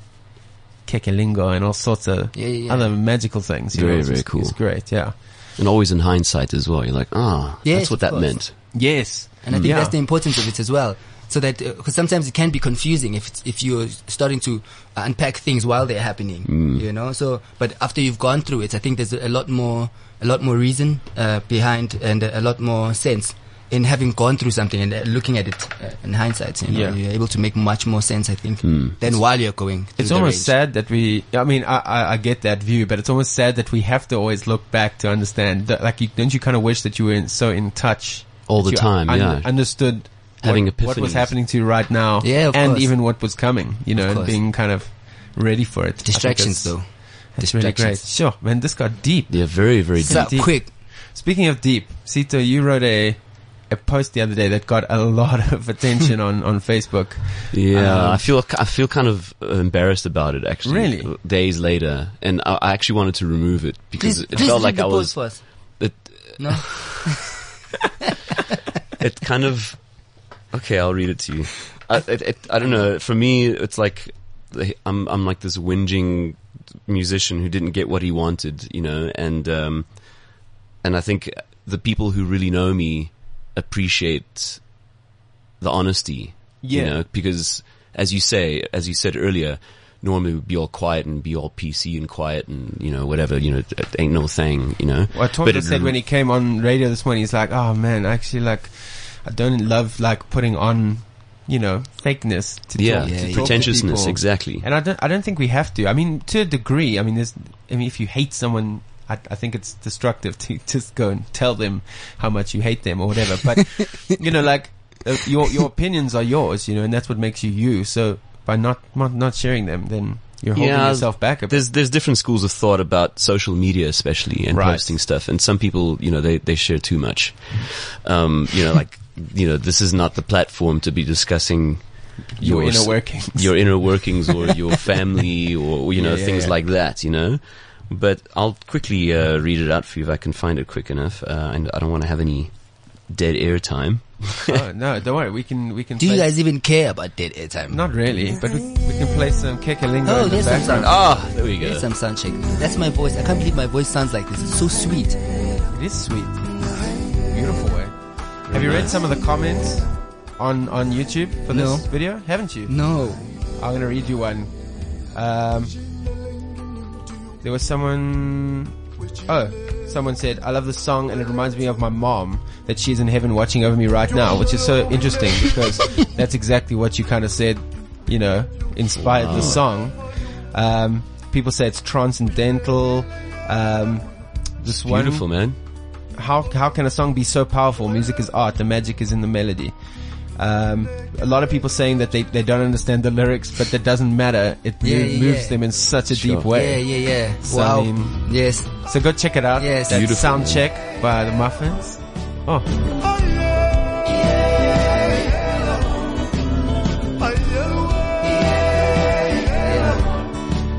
kekelingo and all sorts of
Yeah, yeah, yeah.
other magical things. you
Very,
know, it's
very
just-
cool.
It's great. Yeah.
And always in hindsight as well. You're like, ah,
Yes,
that's what
of
that
course.
meant.
Yes.
And I think
Yeah.
that's the importance of it as well. So that because sometimes it can be confusing if it's, if you're starting to uh, unpack things while they're happening,
Mm.
you know. So, but after you've gone through it, I think there's a lot more a lot more reason uh, behind and a lot more sense in having gone through something and uh, looking at it uh, in hindsight. You know,
Yeah.
you're able to make much more sense, I think,
Mm.
than while you're going. through
It's
the
almost
range.
sad that we. I mean, I, I I get that view, but it's almost sad that we have to always look back to understand. That, like, you, don't you kind of wish that you were in, so in touch
All
that
the
you
time, yeah.
Understood
Having
what, what was
epiphanies.
happening to you right now,
Yeah, of
and
course.
even what was coming. You know, and
course.
being kind of ready for it. I think
distractions,
that's-
though.
That's really great.
Distractions.
Sure, man, this got deep.
Yeah, very, very deep.
So
Deep.
quick.
Speaking of deep, Sito, you wrote a a post the other day that got a lot of attention on on Facebook.
Yeah,
Um,
Uh, I feel I feel kind of embarrassed about it actually.
Really?
days later, and I, I actually wanted to remove it because
Please,
it
please
felt like
leave the
I
pause
was.
for us.
It,
No.
it kind of. Okay, I'll read it to you. I, it, it, I don't know. For me, it's like the- I'm I'm like this whinging musician who didn't get what he wanted, you know, and um, and I think the people who really know me appreciate the honesty.
Yeah.
You know, because as you say, as you said earlier, normally would be all quiet and be all PC and quiet and you know whatever. You know, it ain't no thing. You know.
Well,
But
Tonto
it-
said when he came on radio this morning, he's like, "Oh man, actually, like, I don't love like putting on, you know, fakeness to
yeah,
talk, to talk to
pretentiousness
people."
exactly.
And I don't, I don't think we have to. I mean, to a degree. I mean, there's, I mean, if you hate someone, I, I think it's destructive to just go and tell them how much you hate them or whatever. But you know, like uh, your your opinions are yours, you know, and that's what makes you you. So by not not, not sharing them, then you're holding
Yeah,
yourself back a bit.
There's there's different schools of thought about social media, especially and
Right.
posting stuff. And some people, you know, they they share too much. Um, you know, like you know, this is not the platform to be discussing your
Your inner
s-
workings.
your inner workings or your family or you know
Yeah, yeah,
things
yeah.
like that. You know. But I'll quickly uh, read it out for you if I can find it quick enough, uh, and I don't want to have any dead air time.
oh, no, don't worry. We can we can.
Do you
play-
guys even care about dead airtime?
Not really, but we, we can play some Kekalingo
Oh,
in the
yes, I'm
background.
sorry.
Ah, there we go.
Here's some sound check. That's my voice. I can't believe my voice sounds like this. It's so sweet.
It is sweet. Beautiful way. Have you read some of the comments on, on YouTube for this
No.
video? Haven't you?
No.
I'm going to read you one. Um, there was someone. Oh, someone said, I love this song and it reminds me of my mom that she's in heaven watching over me right now, which is so interesting because that's exactly what you kind of said, you know, inspired the song. Um, people say it's transcendental. Um, this one
Beautiful man.
how how can a song be so powerful? Music is art. The magic is in the melody. Um, a lot of people saying that they, they don't understand the lyrics, but that doesn't matter. It
Yeah,
mo-
yeah,
moves
yeah.
them in such a deep
Yeah,
way.
yeah, yeah.
So,
wow.
I mean-
yes.
So go check it out.
Yes.
That's
Beautiful.
sound check by the Muffins. Oh,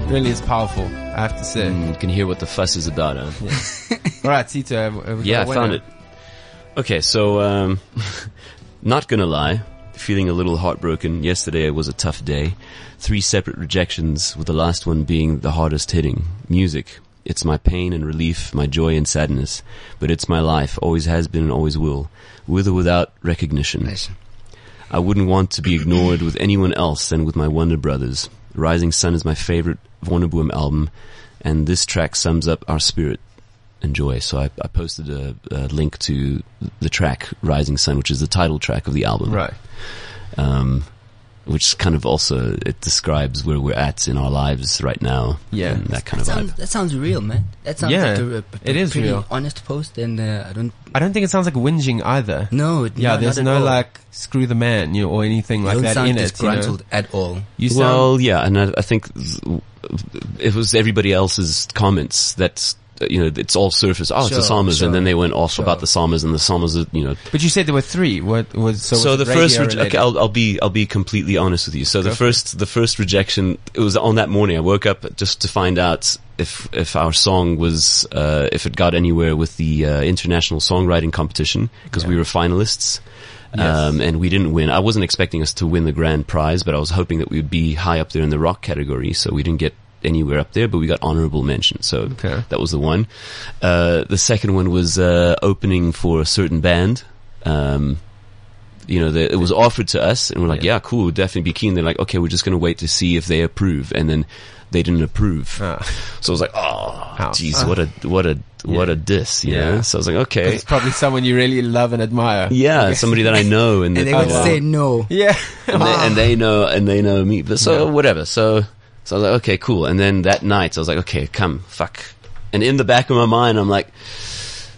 really is powerful. I have to say.
Mm, you can hear what the fuss is about, huh?
All right, Tito. Have, have we got
Yeah,
a
I found
winner?
it. Okay, so um, not gonna lie, feeling a little heartbroken. Yesterday was a tough day. Three separate rejections, with the last one being the hardest hitting. Music. It's my pain and relief, my joy and sadness, but it's my life. Always has been and always will, with or without recognition.
Nice.
I wouldn't want to be ignored with anyone else than with my Wonder Brothers. Rising Sun is my favorite Wonderboom album, and this track sums up our spirit and joy. So I, I posted a, a link to the track Rising Sun, which is the title track of the album,
Right.
um, which kind of also it describes where we're at in our lives right now.
Yeah.
and that kind
That
of
sounds,
vibe.
that sounds real, man. That sounds
Yeah,
like a, a, a
it is
pretty
real.
honest post, and uh, I don't.
I don't think it sounds like whinging either.
No, it-
Yeah,
no,
there's
not at
no
all.
like screw the man, you know, or anything like
don't
that
sound
in it. You, know?
disgruntled at all.
you sound
Well, yeah, and I, I think th- it was everybody else's comments that you know it's all surface. Oh, it's the
Sure,
Psalmers,
sure,
and then they went off
sure.
about the Psalmers, and the Psalmers, are, you know,
But you said there were three. What was so?
So, the
was it radio
first, reje-
related?
okay, I'll, I'll be, I'll be completely honest with you. So the first, the first rejection, it was on that morning. I woke up just to find out if, if our song was, uh, if it got anywhere with the uh, international songwriting competition because we were finalists. Um, and we didn't win. I wasn't expecting us to win the grand prize, but I was hoping that we would be high up there in the rock category. So we didn't get anywhere up there, but we got honorable mention. So
Okay.
that was the one. Uh, the second one was uh, opening for a certain band. Um, you know, the, it was offered to us, and we're like,
Yeah.
yeah, cool, we'll definitely be keen. They're like, okay, we're just going to wait to see if they approve, and then they didn't approve.
Ah.
So I was like, oh,
Ouch.
jeez, what a what a what a diss, you
Yeah.
know. So I was like, okay,
It's probably someone you really love and admire.
yeah, somebody that I know, and,
And
that-
they would
you know,
say no.
Yeah.
and, they, and they know and they know me. But so
Yeah.
whatever. So so I was like, okay, cool. And then that night, I was like, okay, come, fuck. And in the back of my mind, I'm like,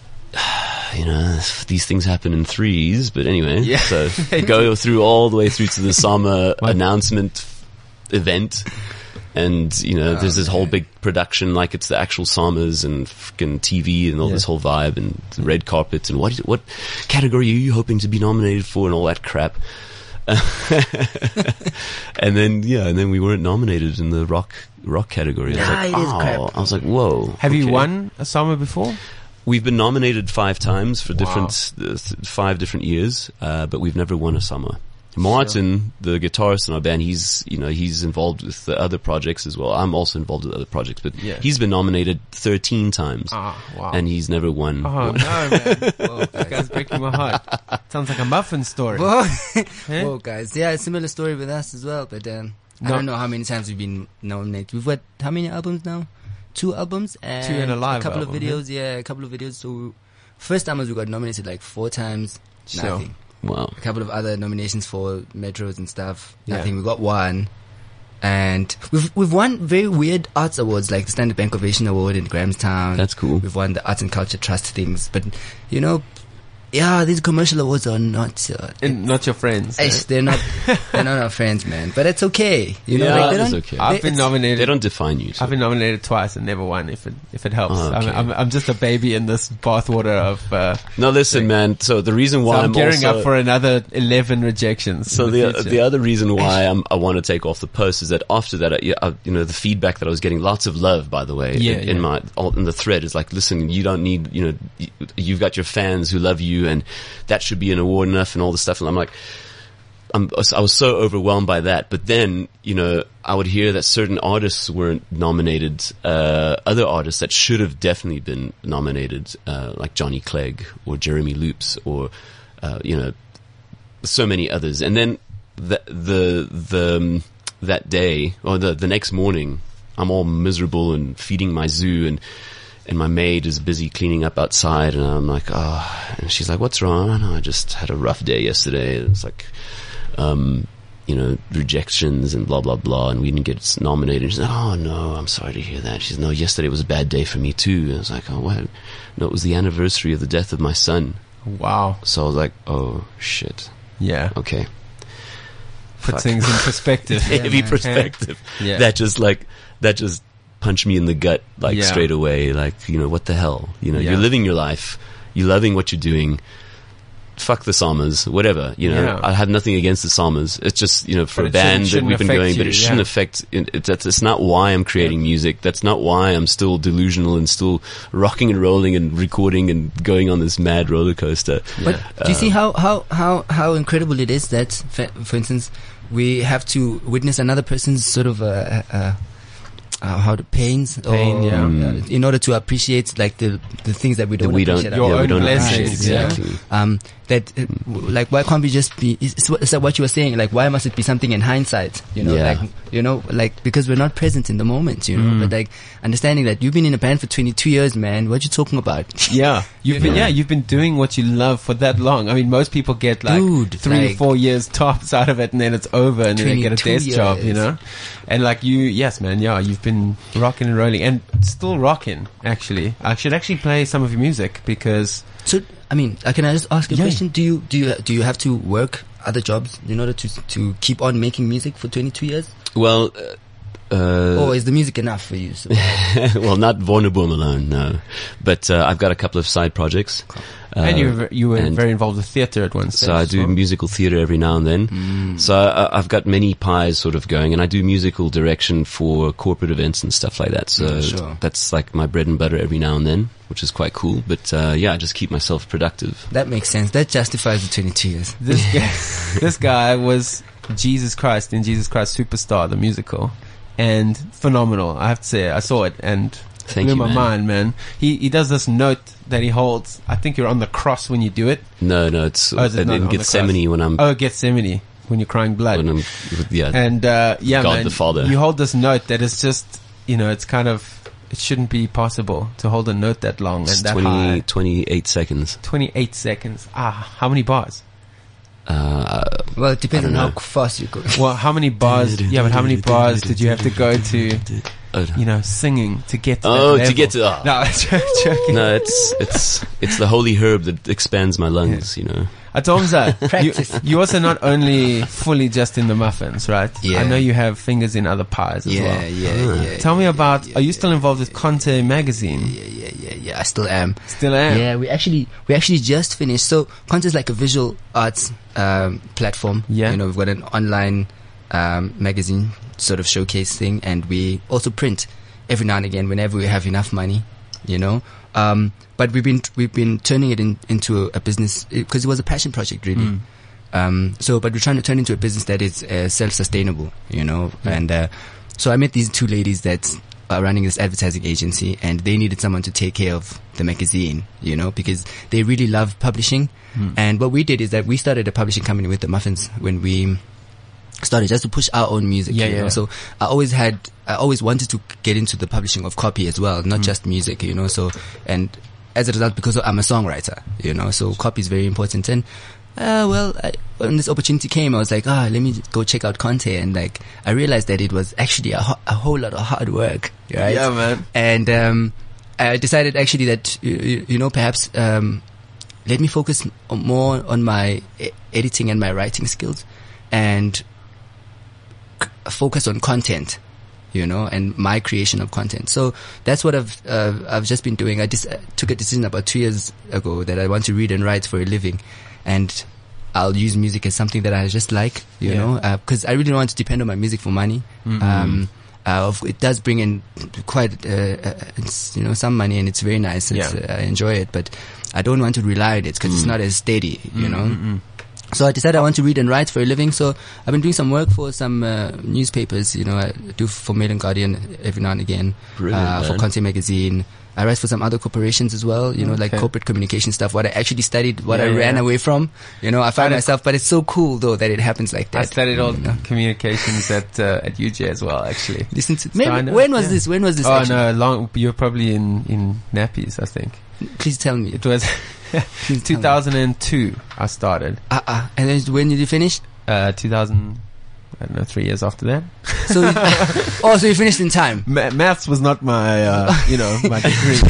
you know, these things happen in threes. But anyway,
Yeah.
so go through all the way through to the summer announcement event. And you know, there's this whole big production, like it's the actual Summers and fucking TV and all this whole vibe and the red carpet and what what category are you hoping to be nominated for and all that crap. and then yeah, and then we weren't nominated in the rock rock category. I was like, oh, I was like, whoa.
Have you
okay.
won a summer before?
We've been nominated five times for different uh, th- five different years, uh, but we've never won a summer. Martin, the guitarist in our band, he's you know he's involved with the other projects as well. I'm also involved with other projects, but
Yeah.
he's been nominated 13 times,
Ah, wow.
and he's never won.
oh
one.
no, man! Whoa, this guy's breaking my heart. Sounds like a muffin story.
Whoa, Whoa, guys. Yeah, a similar story with us as well, but um, I don't know how many times we've been nominated. We've got how many albums now? Two albums and,
and a live
couple
album,
of videos. Yeah. a couple of videos. So first time was we got nominated like four times.
So-
Nothing.
Wow.
A couple of other nominations for metros and stuff.
Yeah.
Nothing. We got one. And we've we've won very weird arts awards like the Standard Bank Ovation Award in Grahamstown.
That's cool.
We've won the Arts and Culture Trust things, but you know, yeah, these commercial awards are not uh,
And not your friends.
Ish, they're not they're not our friends, man. But it's okay. You know,
Yeah,
like, they
it's
don't,
okay.
they-
I've been
it's-
nominated.
They don't define you. so-
I've been nominated twice and never won. If it if it helps,
Oh, okay.
I'm, I'm I'm just a baby in this bathwater of. Uh,
No, listen, man. So the reason
so
why
I'm,
I'm,
gearing
also,
up for another eleven rejections.
so
in the,
the uh, the,
future.
other reason why I'm, I want to take off the post is that after that, I, yeah, I- you know, the feedback that I was getting, lots of love, by the way,
Yeah,
in,
yeah.
in my all- in the thread is like, listen, you don't need, you know, y- you've got your fans who love you, and that should be an award enough, and all this stuff, and I'm like. I'm, I was so overwhelmed by that, but then you know I would hear that certain artists weren't nominated, uh, other artists that should have definitely been nominated, uh, like Johnny Clegg or Jeremy Loops or uh, you know so many others. And then the the the um, that day or the the next morning, I'm all miserable and feeding my zoo and. And my maid is busy cleaning up outside, and I'm like, oh. And she's like, "What's wrong?" "Oh, I just had a rough day yesterday. And it's like, um, you know, rejections and blah blah blah, and we didn't get nominated. She's like, "Oh no, I'm sorry to hear that." She's, "No, yesterday was a bad day for me too." And I was like, "Oh what?" No, it was the anniversary of the death of my son.
wow,
So I was like, "Oh shit,
yeah,
okay."
put
fuck.
things in perspective.
Heavy
man.
perspective.
Yeah.
That just like that just punched me in the gut like
Yeah.
straight away. Like you know what the hell? You know
Yeah.
you're living your life, you're loving what you're doing. Fuck the Psalmers, whatever. You know,
Yeah.
I have nothing against the Psalmers. It's just you know for a
But it shouldn't-
band that
shouldn't
we've been
affect
going, but
you,
it shouldn't
yeah.
affect. It, it's, that's it's not why I'm creating music. That's not why I'm still delusional and still rocking and rolling and recording and going on this mad roller coaster.
But do
Uh,
you see how, how, how, how incredible it is that, for, for instance, we have to witness another person's sort of uh, uh, uh, how the pains,
Pain,
or,
yeah.
uh, in order to appreciate like the the things that we
Mm. That
don't
we don't,
appreciate.
yeah,
Your
we
own
don't appreciate
blessings, yeah.
exactly.
um, that uh, w- like why can't we just be is, is what- is that what you were saying like why must it be something in hindsight you know
Yeah. Mm.
like you know like because we're not present in the moment you know but like understanding that you've been in a band for 22 years man what you talking about
Yeah, you've been yeah you've been doing what you love for that long. I mean, most people get like
Dude,
three or
like-
four years tops out of it, and then it's over, and then they get a
22
desk job, you
years.
know. And like you, yes, man, yeah, you've been rocking and rolling, and still rocking. Actually, I should actually play some of your music because
so I mean uh, can I just ask you a
Yeah.
question do you do you do you have to work other jobs in order to to keep on making music for 22 years
Well, uh, uh,
or is the music enough for you so,
well, not Vornaboom alone, no. But uh, I've got a couple of side projects. Uh,
and you were, you were
and-
very involved with theater at one stage.
so I
as
do
well. Mm.
musical theater every now and then. So I, I've got many pies sort of going, and I do musical direction for corporate events and stuff like that. So
sure.
that's like my bread and butter every now and then, which is quite cool. But uh, yeah, I just keep myself productive.
that makes sense that justifies the 22 years
this guy, this guy was Jesus Christ in Jesus Christ Superstar, the musical, and phenomenal. I have to say, I saw it and
Thank
blew
you,
my
man.
mind, man. He he does this note that he holds. I think you're on the cross when you do it.
No, no, it's
Oh, is it
in
not on the
Gethsemane when I'm,
Oh, Gethsemane, when you're crying blood.
when I'm, yeah,
And uh, yeah,
God
man,
the Father.
You hold this note that is just, you know, it's kind of, it shouldn't be possible to hold a note that long and
it's
that
20,
high.
28 seconds.
28 seconds. Ah, how many bars?
Uh,
well it depends
I
on
don't
how
know.
fast you go
Well, how many bars? Yeah, but how many bars did you have to go to?
uh,
you know, singing to get to
oh, to
that level.
get to ah.
No, I'm jo- joking.
No, it's it's it's the holy herb that expands my lungs. You know,
I told him that. Uh, You, you also not only fully just in the muffins, right?
Yeah.
I know you have fingers in other pies as
yeah,
well.
yeah, yeah,
Tell me about, are you still involved with Conte magazine?
yeah, yeah, yeah, yeah. I still am.
Still am.
Yeah, we actually we actually just finished. So Conte is like a visual arts um, platform.
Yeah.
you know we've got an online um, magazine sort of showcase thing, and we also print every now and again whenever we have enough money. You know, um, but we've been we've been turning it in, into a, a business because it was a passion project really. Um, so, but we're trying to turn into a business that is uh, self-sustainable, you know. And uh, so I met these two ladies that are running this advertising agency, and they needed someone to take care of the magazine, you know, because they really
Hmm.
love publishing. And what we did is that we started a publishing company with the Muffins when we started just to push our own music.
Yeah,
you know?
yeah.
So I always had, I always wanted to get into the publishing of copy as well,
Hmm.
not just music, you know. So, and as a result, because I'm a songwriter, you know, so copy is very important. And, uh, well, I, when this opportunity came, I was like, ah, let me go check out Conte. And like, I realized that it was actually a, ho- a whole lot of hard work, right?
Yeah, man.
And, um, I decided actually that, you, you- you know, perhaps, um, let me focus on- more on my e- editing and my writing skills and c- focus on content you know and my creation of content so that's what i've uh, i've just been doing i just uh, took a decision about 2 years ago that i want to read and write for a living and i'll use music as something that i just like you
Yeah. Mm-hmm.
know because i really don't want to depend on my music for money um uh, of- it does bring in quite, uh, uh, it's, you know, some money, and it's very nice. It's,
Yeah. Mm.
uh, I enjoy it, but I don't want to rely on it because it's not as steady, you
Mm-hmm.
know. So I decided I want to read and write for a living. So I've been doing some work for some uh, newspapers. You know, I do for Mail and Guardian every now and again.
Brilliant,
Ah,
uh, for
man.
Conte Magazine. I write for some other corporations as well. You know, like
Okay.
corporate communication stuff. What I actually studied, what
Yeah,
I
yeah,
ran
yeah.
away from. You know, I found
did-
myself. But it's so cool though that it happens like that.
I studied all communications at uh, at UJ as well, actually.
Listen to
So I
maybe,
know-
when was
yeah.
this? When was this?
Oh
actually?
no, long. You're probably in in nappies, I think.
Please tell me.
It was
Please tell me.
2002. I started.
Uh, uh, and then when did you finish?
Uh, 2000. I don't know. Three years after that,
So, you, oh, so you finished in time.
Ma- maths was not my uh, you know my degree.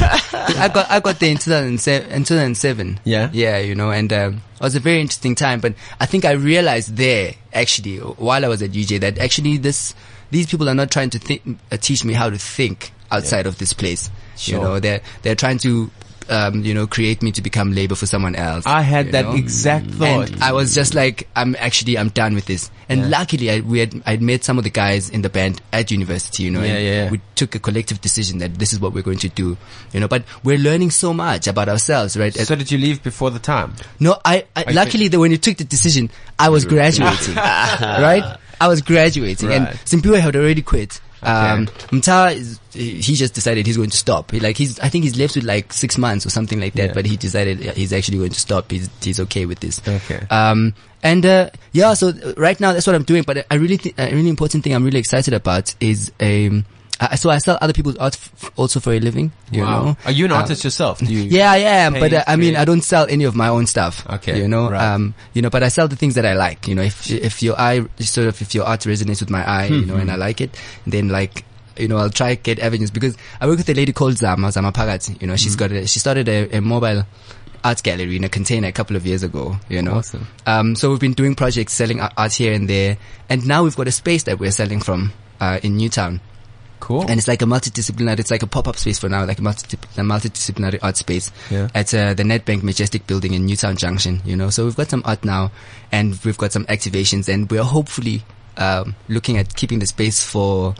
I got I got there in 2007. In 2007.
Yeah?
yeah, you know, and um, it was a very interesting time. But I think I realized there actually while I was at UJ that actually this these people are not trying to think, uh, teach me how to think outside of this place. You
Sure.
know, they're they're trying to um, you know create me to become labor for someone else.
I had
you
that
know?
exact thought.
And I was just like, I'm actually, I'm done with this. And luckily, I, we had, I'd met some of the guys in the band at university, you know,
Yeah,
and
yeah, yeah.
we took a collective decision that this is what we're going to do, you know, but we're learning so much about ourselves, right?
so did you leave before the time?
no, I, I luckily that when you took the decision, I was graduating, right? I was graduating and
Right.
Simpiwe had already quit. Um, Mta is, he he just decided he's going to stop. He, like he's, I think he's left with like six months or something like that,
Yeah.
but he decided yeah, he's actually going to stop. He's, he's okay with this.
Okay.
Um, and, uh, yeah, so uh, right now that's what I'm doing, but I really think, a really important thing I'm really excited about is, um, I, so I sell other people's art f- also for a living, you know?
Are
uh,
you an
Um,
artist yourself? Do you,
yeah, I am, but
Hey,
uh, I mean,
great.
I don't sell any of my own stuff.
Okay,
you know,
right.
um, you know, but I sell the things that I like. You know, if if your eye sort of if your art resonates with my eye, you know,
Hmm.
and I like it, then like. You know, I'll try get avenues because I work with a lady called Zama Zama Pagat. You know,
Hmm.
she's got a, she started a, a mobile art gallery in a container a couple of years ago. You know,
Awesome.
um, so we've been doing projects selling a- art here and there, and now we've got a space that we're selling from uh, in Newtown.
Cool.
And it's like a multidisciplinary, it's like a pop-up space for now, like a, multi- a multidisciplinary art space
Yeah.
at uh, the Nedbank Majestic building in Newtown Junction, you know. So we've got some art now and we've got some activations and we're hopefully um, looking at keeping the space for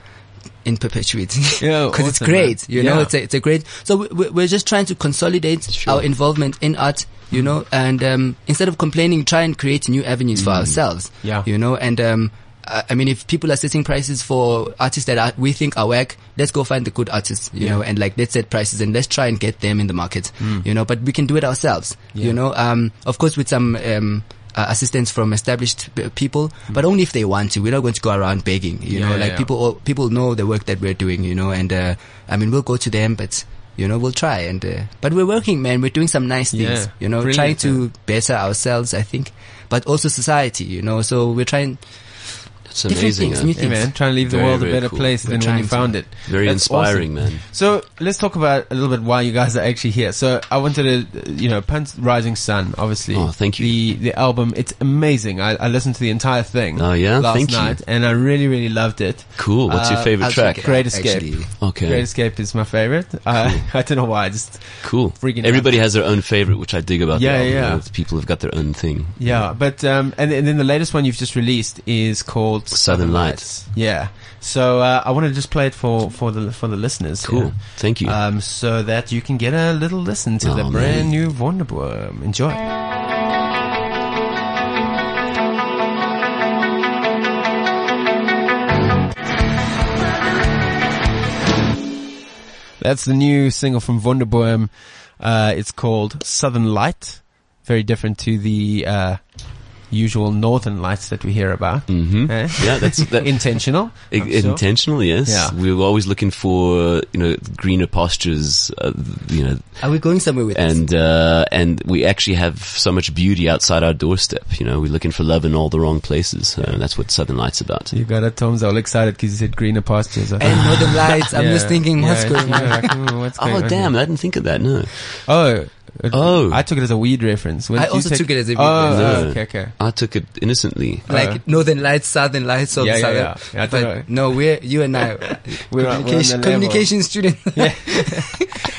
in perpetuity because
Yeah,
it's
awesome,
great
man.
you know
Yeah.
it's a, it's a great so we- we, we're just trying to consolidate our involvement in art you know and um, instead of complaining try and create new avenues
Mm.
for ourselves
Yeah.
you know and um I I mean, if people are setting prices for artists that are, we think are whack, let's go find the good artists, you know, and like let's set prices and let's try and get them in the market,
Mm.
you know. But we can do it ourselves, you know. Um, of course, with some um, uh, assistance from established p- people, but only if they want to. We're not going to go around begging,
Mm. Yeah,
you know.
yeah,
Like
yeah.
people, all- people know the work that we're doing, you know. And uh, I mean, we'll go to them, but you know, we'll try. And uh, but we're working, man. We're doing some nice things,
Yeah.
you know,
Brilliant,
trying to
man.
better ourselves, I think, but also society, you know. So we're trying
It's
different
amazing.
things,
eh?
new
Hey
things.
man, trying to leave the
Very,
world a
very
better
cool.
place
We're
than when
trying
you
to.
found it.
Very
That's
inspiring,
awesome.
man.
So let's talk about a little bit why you guys are actually here. So I wanted to, uh, you know, Punch Rising Sun, obviously.
Oh, thank you.
The the album, it's amazing. I, I listened to the entire thing.
Oh, yeah?
last
Thank you.
night, and I really really loved it.
Cool. What's
Uh,
your favorite
I'll
track?
check it out,
Great Escape.
actually.
Okay.
Great Escape is my favorite. Uh, I don't know why. I just
Cool.
Freaking
Everybody has their own favorite, which I dig about. the
Yeah,
album,
yeah.
you know, People have got their own thing.
Yeah, but um, and, and then the latest one you've just released is called
Southern Lights.
Yeah, so uh, I want to just play it for for the for the listeners.
Cool.
here,
Thank you.
Um, so that you can get a little listen to
Oh,
the
man.
brand new Wonderworm. Enjoy. That's the new single from Um, Wonderboom. Uh, it's called Southern Light. Very different to the uh, usual northern lights that we hear about.
Mm-hmm.
Eh?
Yeah, that's that,
Intentional.
I-
I'm sure.
intentional. Yes,
Yeah.
we were always looking for you know greener pastures. Uh, you know,
Are we going somewhere with this?
and uh, and we actually have so much beauty outside our doorstep. You know, we're looking for love in all the wrong places. Uh, that's what Southern Light's about.
You got it. Tom's all excited because he said greener pastures. I
And
think.
Northern Lights. I'm
Yeah.
just thinking, what's
Yeah,
going
you're
on?
like, "Hmm, what's going
Oh
on here?"
damn! I didn't think of that. No,
Oh. it-
Oh.
I took it as a weed reference. When
I
did you
also
take-
took it as a weed
oh,
reference.
okay, okay.
I took it innocently.
Like Northern Lights, Southern Lights, Southern.
Uh-huh. Yeah, yeah,
Southern.
yeah. Yeah, I
but
don't
no, we're you and I.
We're on- we're on the
communication,
level.
communication student.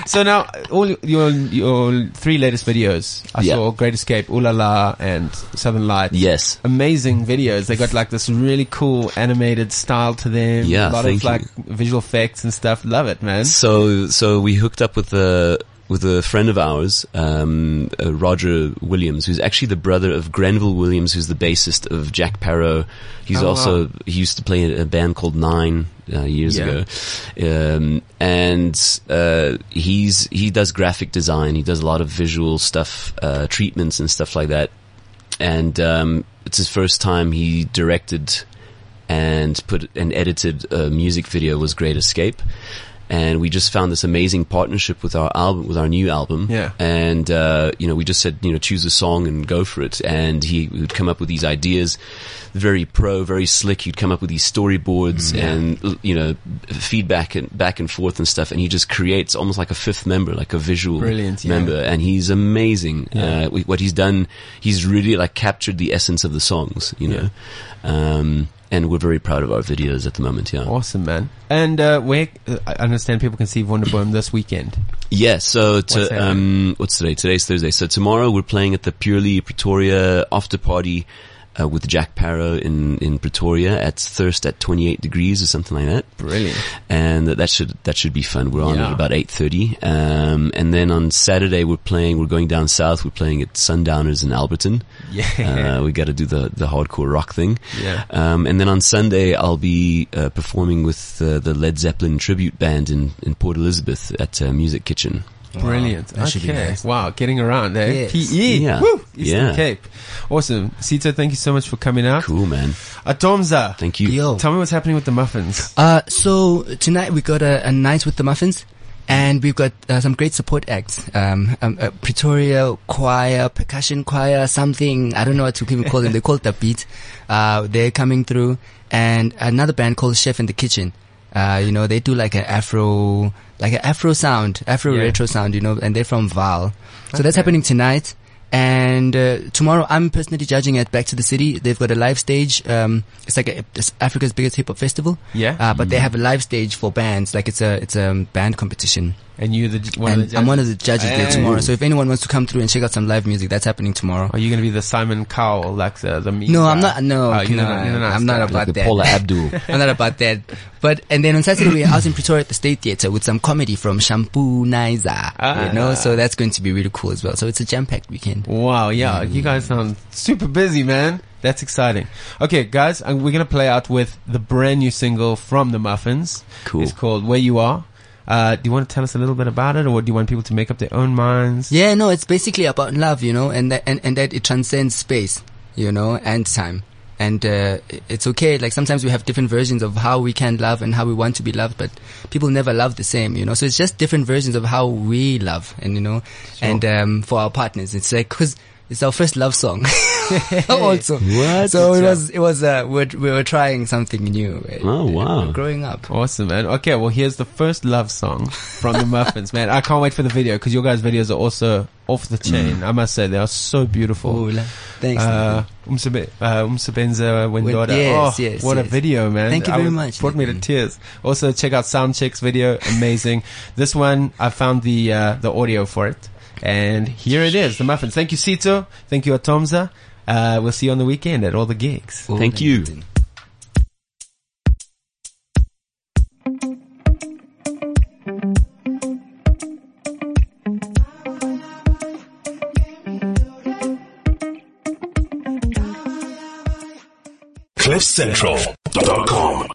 So now, all your your three latest videos. I
Yeah.
saw Great Escape, Ooh La La, and Southern Lights.
Yes.
amazing videos. They got like this really cool animated style to them.
Yeah,
a lot
thank
of like
you.
visual effects and stuff. Love it, man.
So so we hooked up with a with a friend of ours, um, uh, Roger Williams, who's actually the brother of Granville Williams, who's the bassist of Jack Parrow. He's
Oh,
also he used to play in a band called Nine uh, years
Yeah.
ago, um, and uh, he's he does graphic design. He does a lot of visual stuff, uh, treatments and stuff like that. And um, it's his first time he directed and put and edited a music video was Great Escape. And we just found this amazing partnership with our album, with our new album.
Yeah.
And, uh, you know, we just said, you know, choose a song and go for it. And he would come up with these ideas, very pro, very slick. He'd come up with these storyboards
Mm.
and, you know, feedback and back and forth and stuff. And he just creates almost like a fifth member, like a visual
Brilliant, yeah.
member. Uh, And he's amazing. Uh, we- what he's done, he's really like captured the essence of the songs, you know. Um, and we're very proud of our videos at the moment, yeah.
Awesome, man. And uh, where uh, I understand people can see Wonderboom this weekend.
Yeah, so to,
What's that?
um, what's today? Today's Thursday. So tomorrow we're playing at the Purely Pretoria after party uh, with Jack Parrow in, in Pretoria at Thirst at 28 degrees or something like that.
Brilliant.
And that should, that should be fun. We're on
Yeah.
at about 8.30. Um, and then on Saturday we're playing, we're going down south. We're playing at Sundowners in Alberton.
Yeah.
Uh, we got to do the, the hardcore rock thing.
Yeah.
Um, and then on Sunday, I'll be uh, performing with uh, the Led Zeppelin tribute band in, in Port Elizabeth at uh, Music Kitchen.
Brilliant.
That
okay.
should be nice.
Wow, getting around there.
Yes.
PE.
Yeah.
Woo! Eastern
Yeah.
Cape. Awesome. Sito, thank you so much for coming out.
Cool, man.
Atomza.
Thank you.
Yo.
Tell me what's happening with the muffins.
Uh, so tonight we got a, a night with the muffins, and we've got uh, some great support acts. Um, um uh, Pretoria choir, percussion choir, something I don't know what to even call them. They call it the beat. Uh, they're coming through, and another band called Chef in the Kitchen. Uh, you know, they do like an Afro, like an Afro sound, Afro
Yeah.
retro sound. You know, and they're from Val. So that's happening tonight. And uh, tomorrow, I'm personally judging at Back to the City. They've got a live stage. Um, it's like a, it's Africa's biggest hip hop festival.
Yeah.
Uh, but they have a live stage for bands. Like it's a it's a um, band competition,
and you're the, one
and
of the
I'm
judges?
one of the judges there
Hey.
tomorrow. So if anyone wants to come through and check out some live music, that's happening tomorrow.
Are you going to be the Simon Cowell, like the, the mean
No,
guy?
I'm not. No,
Oh, you're
no,
not- you're not
I'm
nice
not
guy.
about
the
that.
Paula Abdul.
I'm not about that. But and then on Saturday we're out in Pretoria at the State Theatre with some comedy from Shampoo Niza.
Ah.
you know, so that's going to be really cool as well. So it's a jam packed weekend.
Wow, yeah, you guys sound super busy, man. That's exciting. Okay, guys, and we're gonna play out with the brand new single from the Muffins.
Cool.
It's called "Where You Are." Uh, do you want to tell us a little bit about it, or do you want people to make up their own minds?
Yeah, no, it's basically about love, you know, and that, and, and that it transcends space, you know, and time. And uh, i- it's okay. Like sometimes we have different versions of how we can love and how we want to be loved, but people never love the same, you know. So it's just different versions of how we love, and you know, and um, for our partners, it's like because it's our first love song. also, so it was it was uh, we were, we were trying something new. uh,
Oh, wow.
we're growing up.
Awesome, man. Okay, well, here's the first love song from the Muffins, man. I can't wait for the video because your guys' videos are also off the
Mm.
chain. I must say, they are so beautiful.
Oh, la- thanks.
Uh, Umsebe- uh, Umsebenza Wendoda.
yes,
oh,
yes,
What a
yes.
video, man.
Thank you
I
very
was-
much,
Brought me to
Nathan.
tears. Also, check out Soundcheck's video. Amazing. this one, I found the, uh, the audio for it. And here it is, the muffins. Thank you, Sito. Thank you, Atomza. Uh, we'll see you on the weekend at all the gigs.
Thank you.
CliffCentral.com.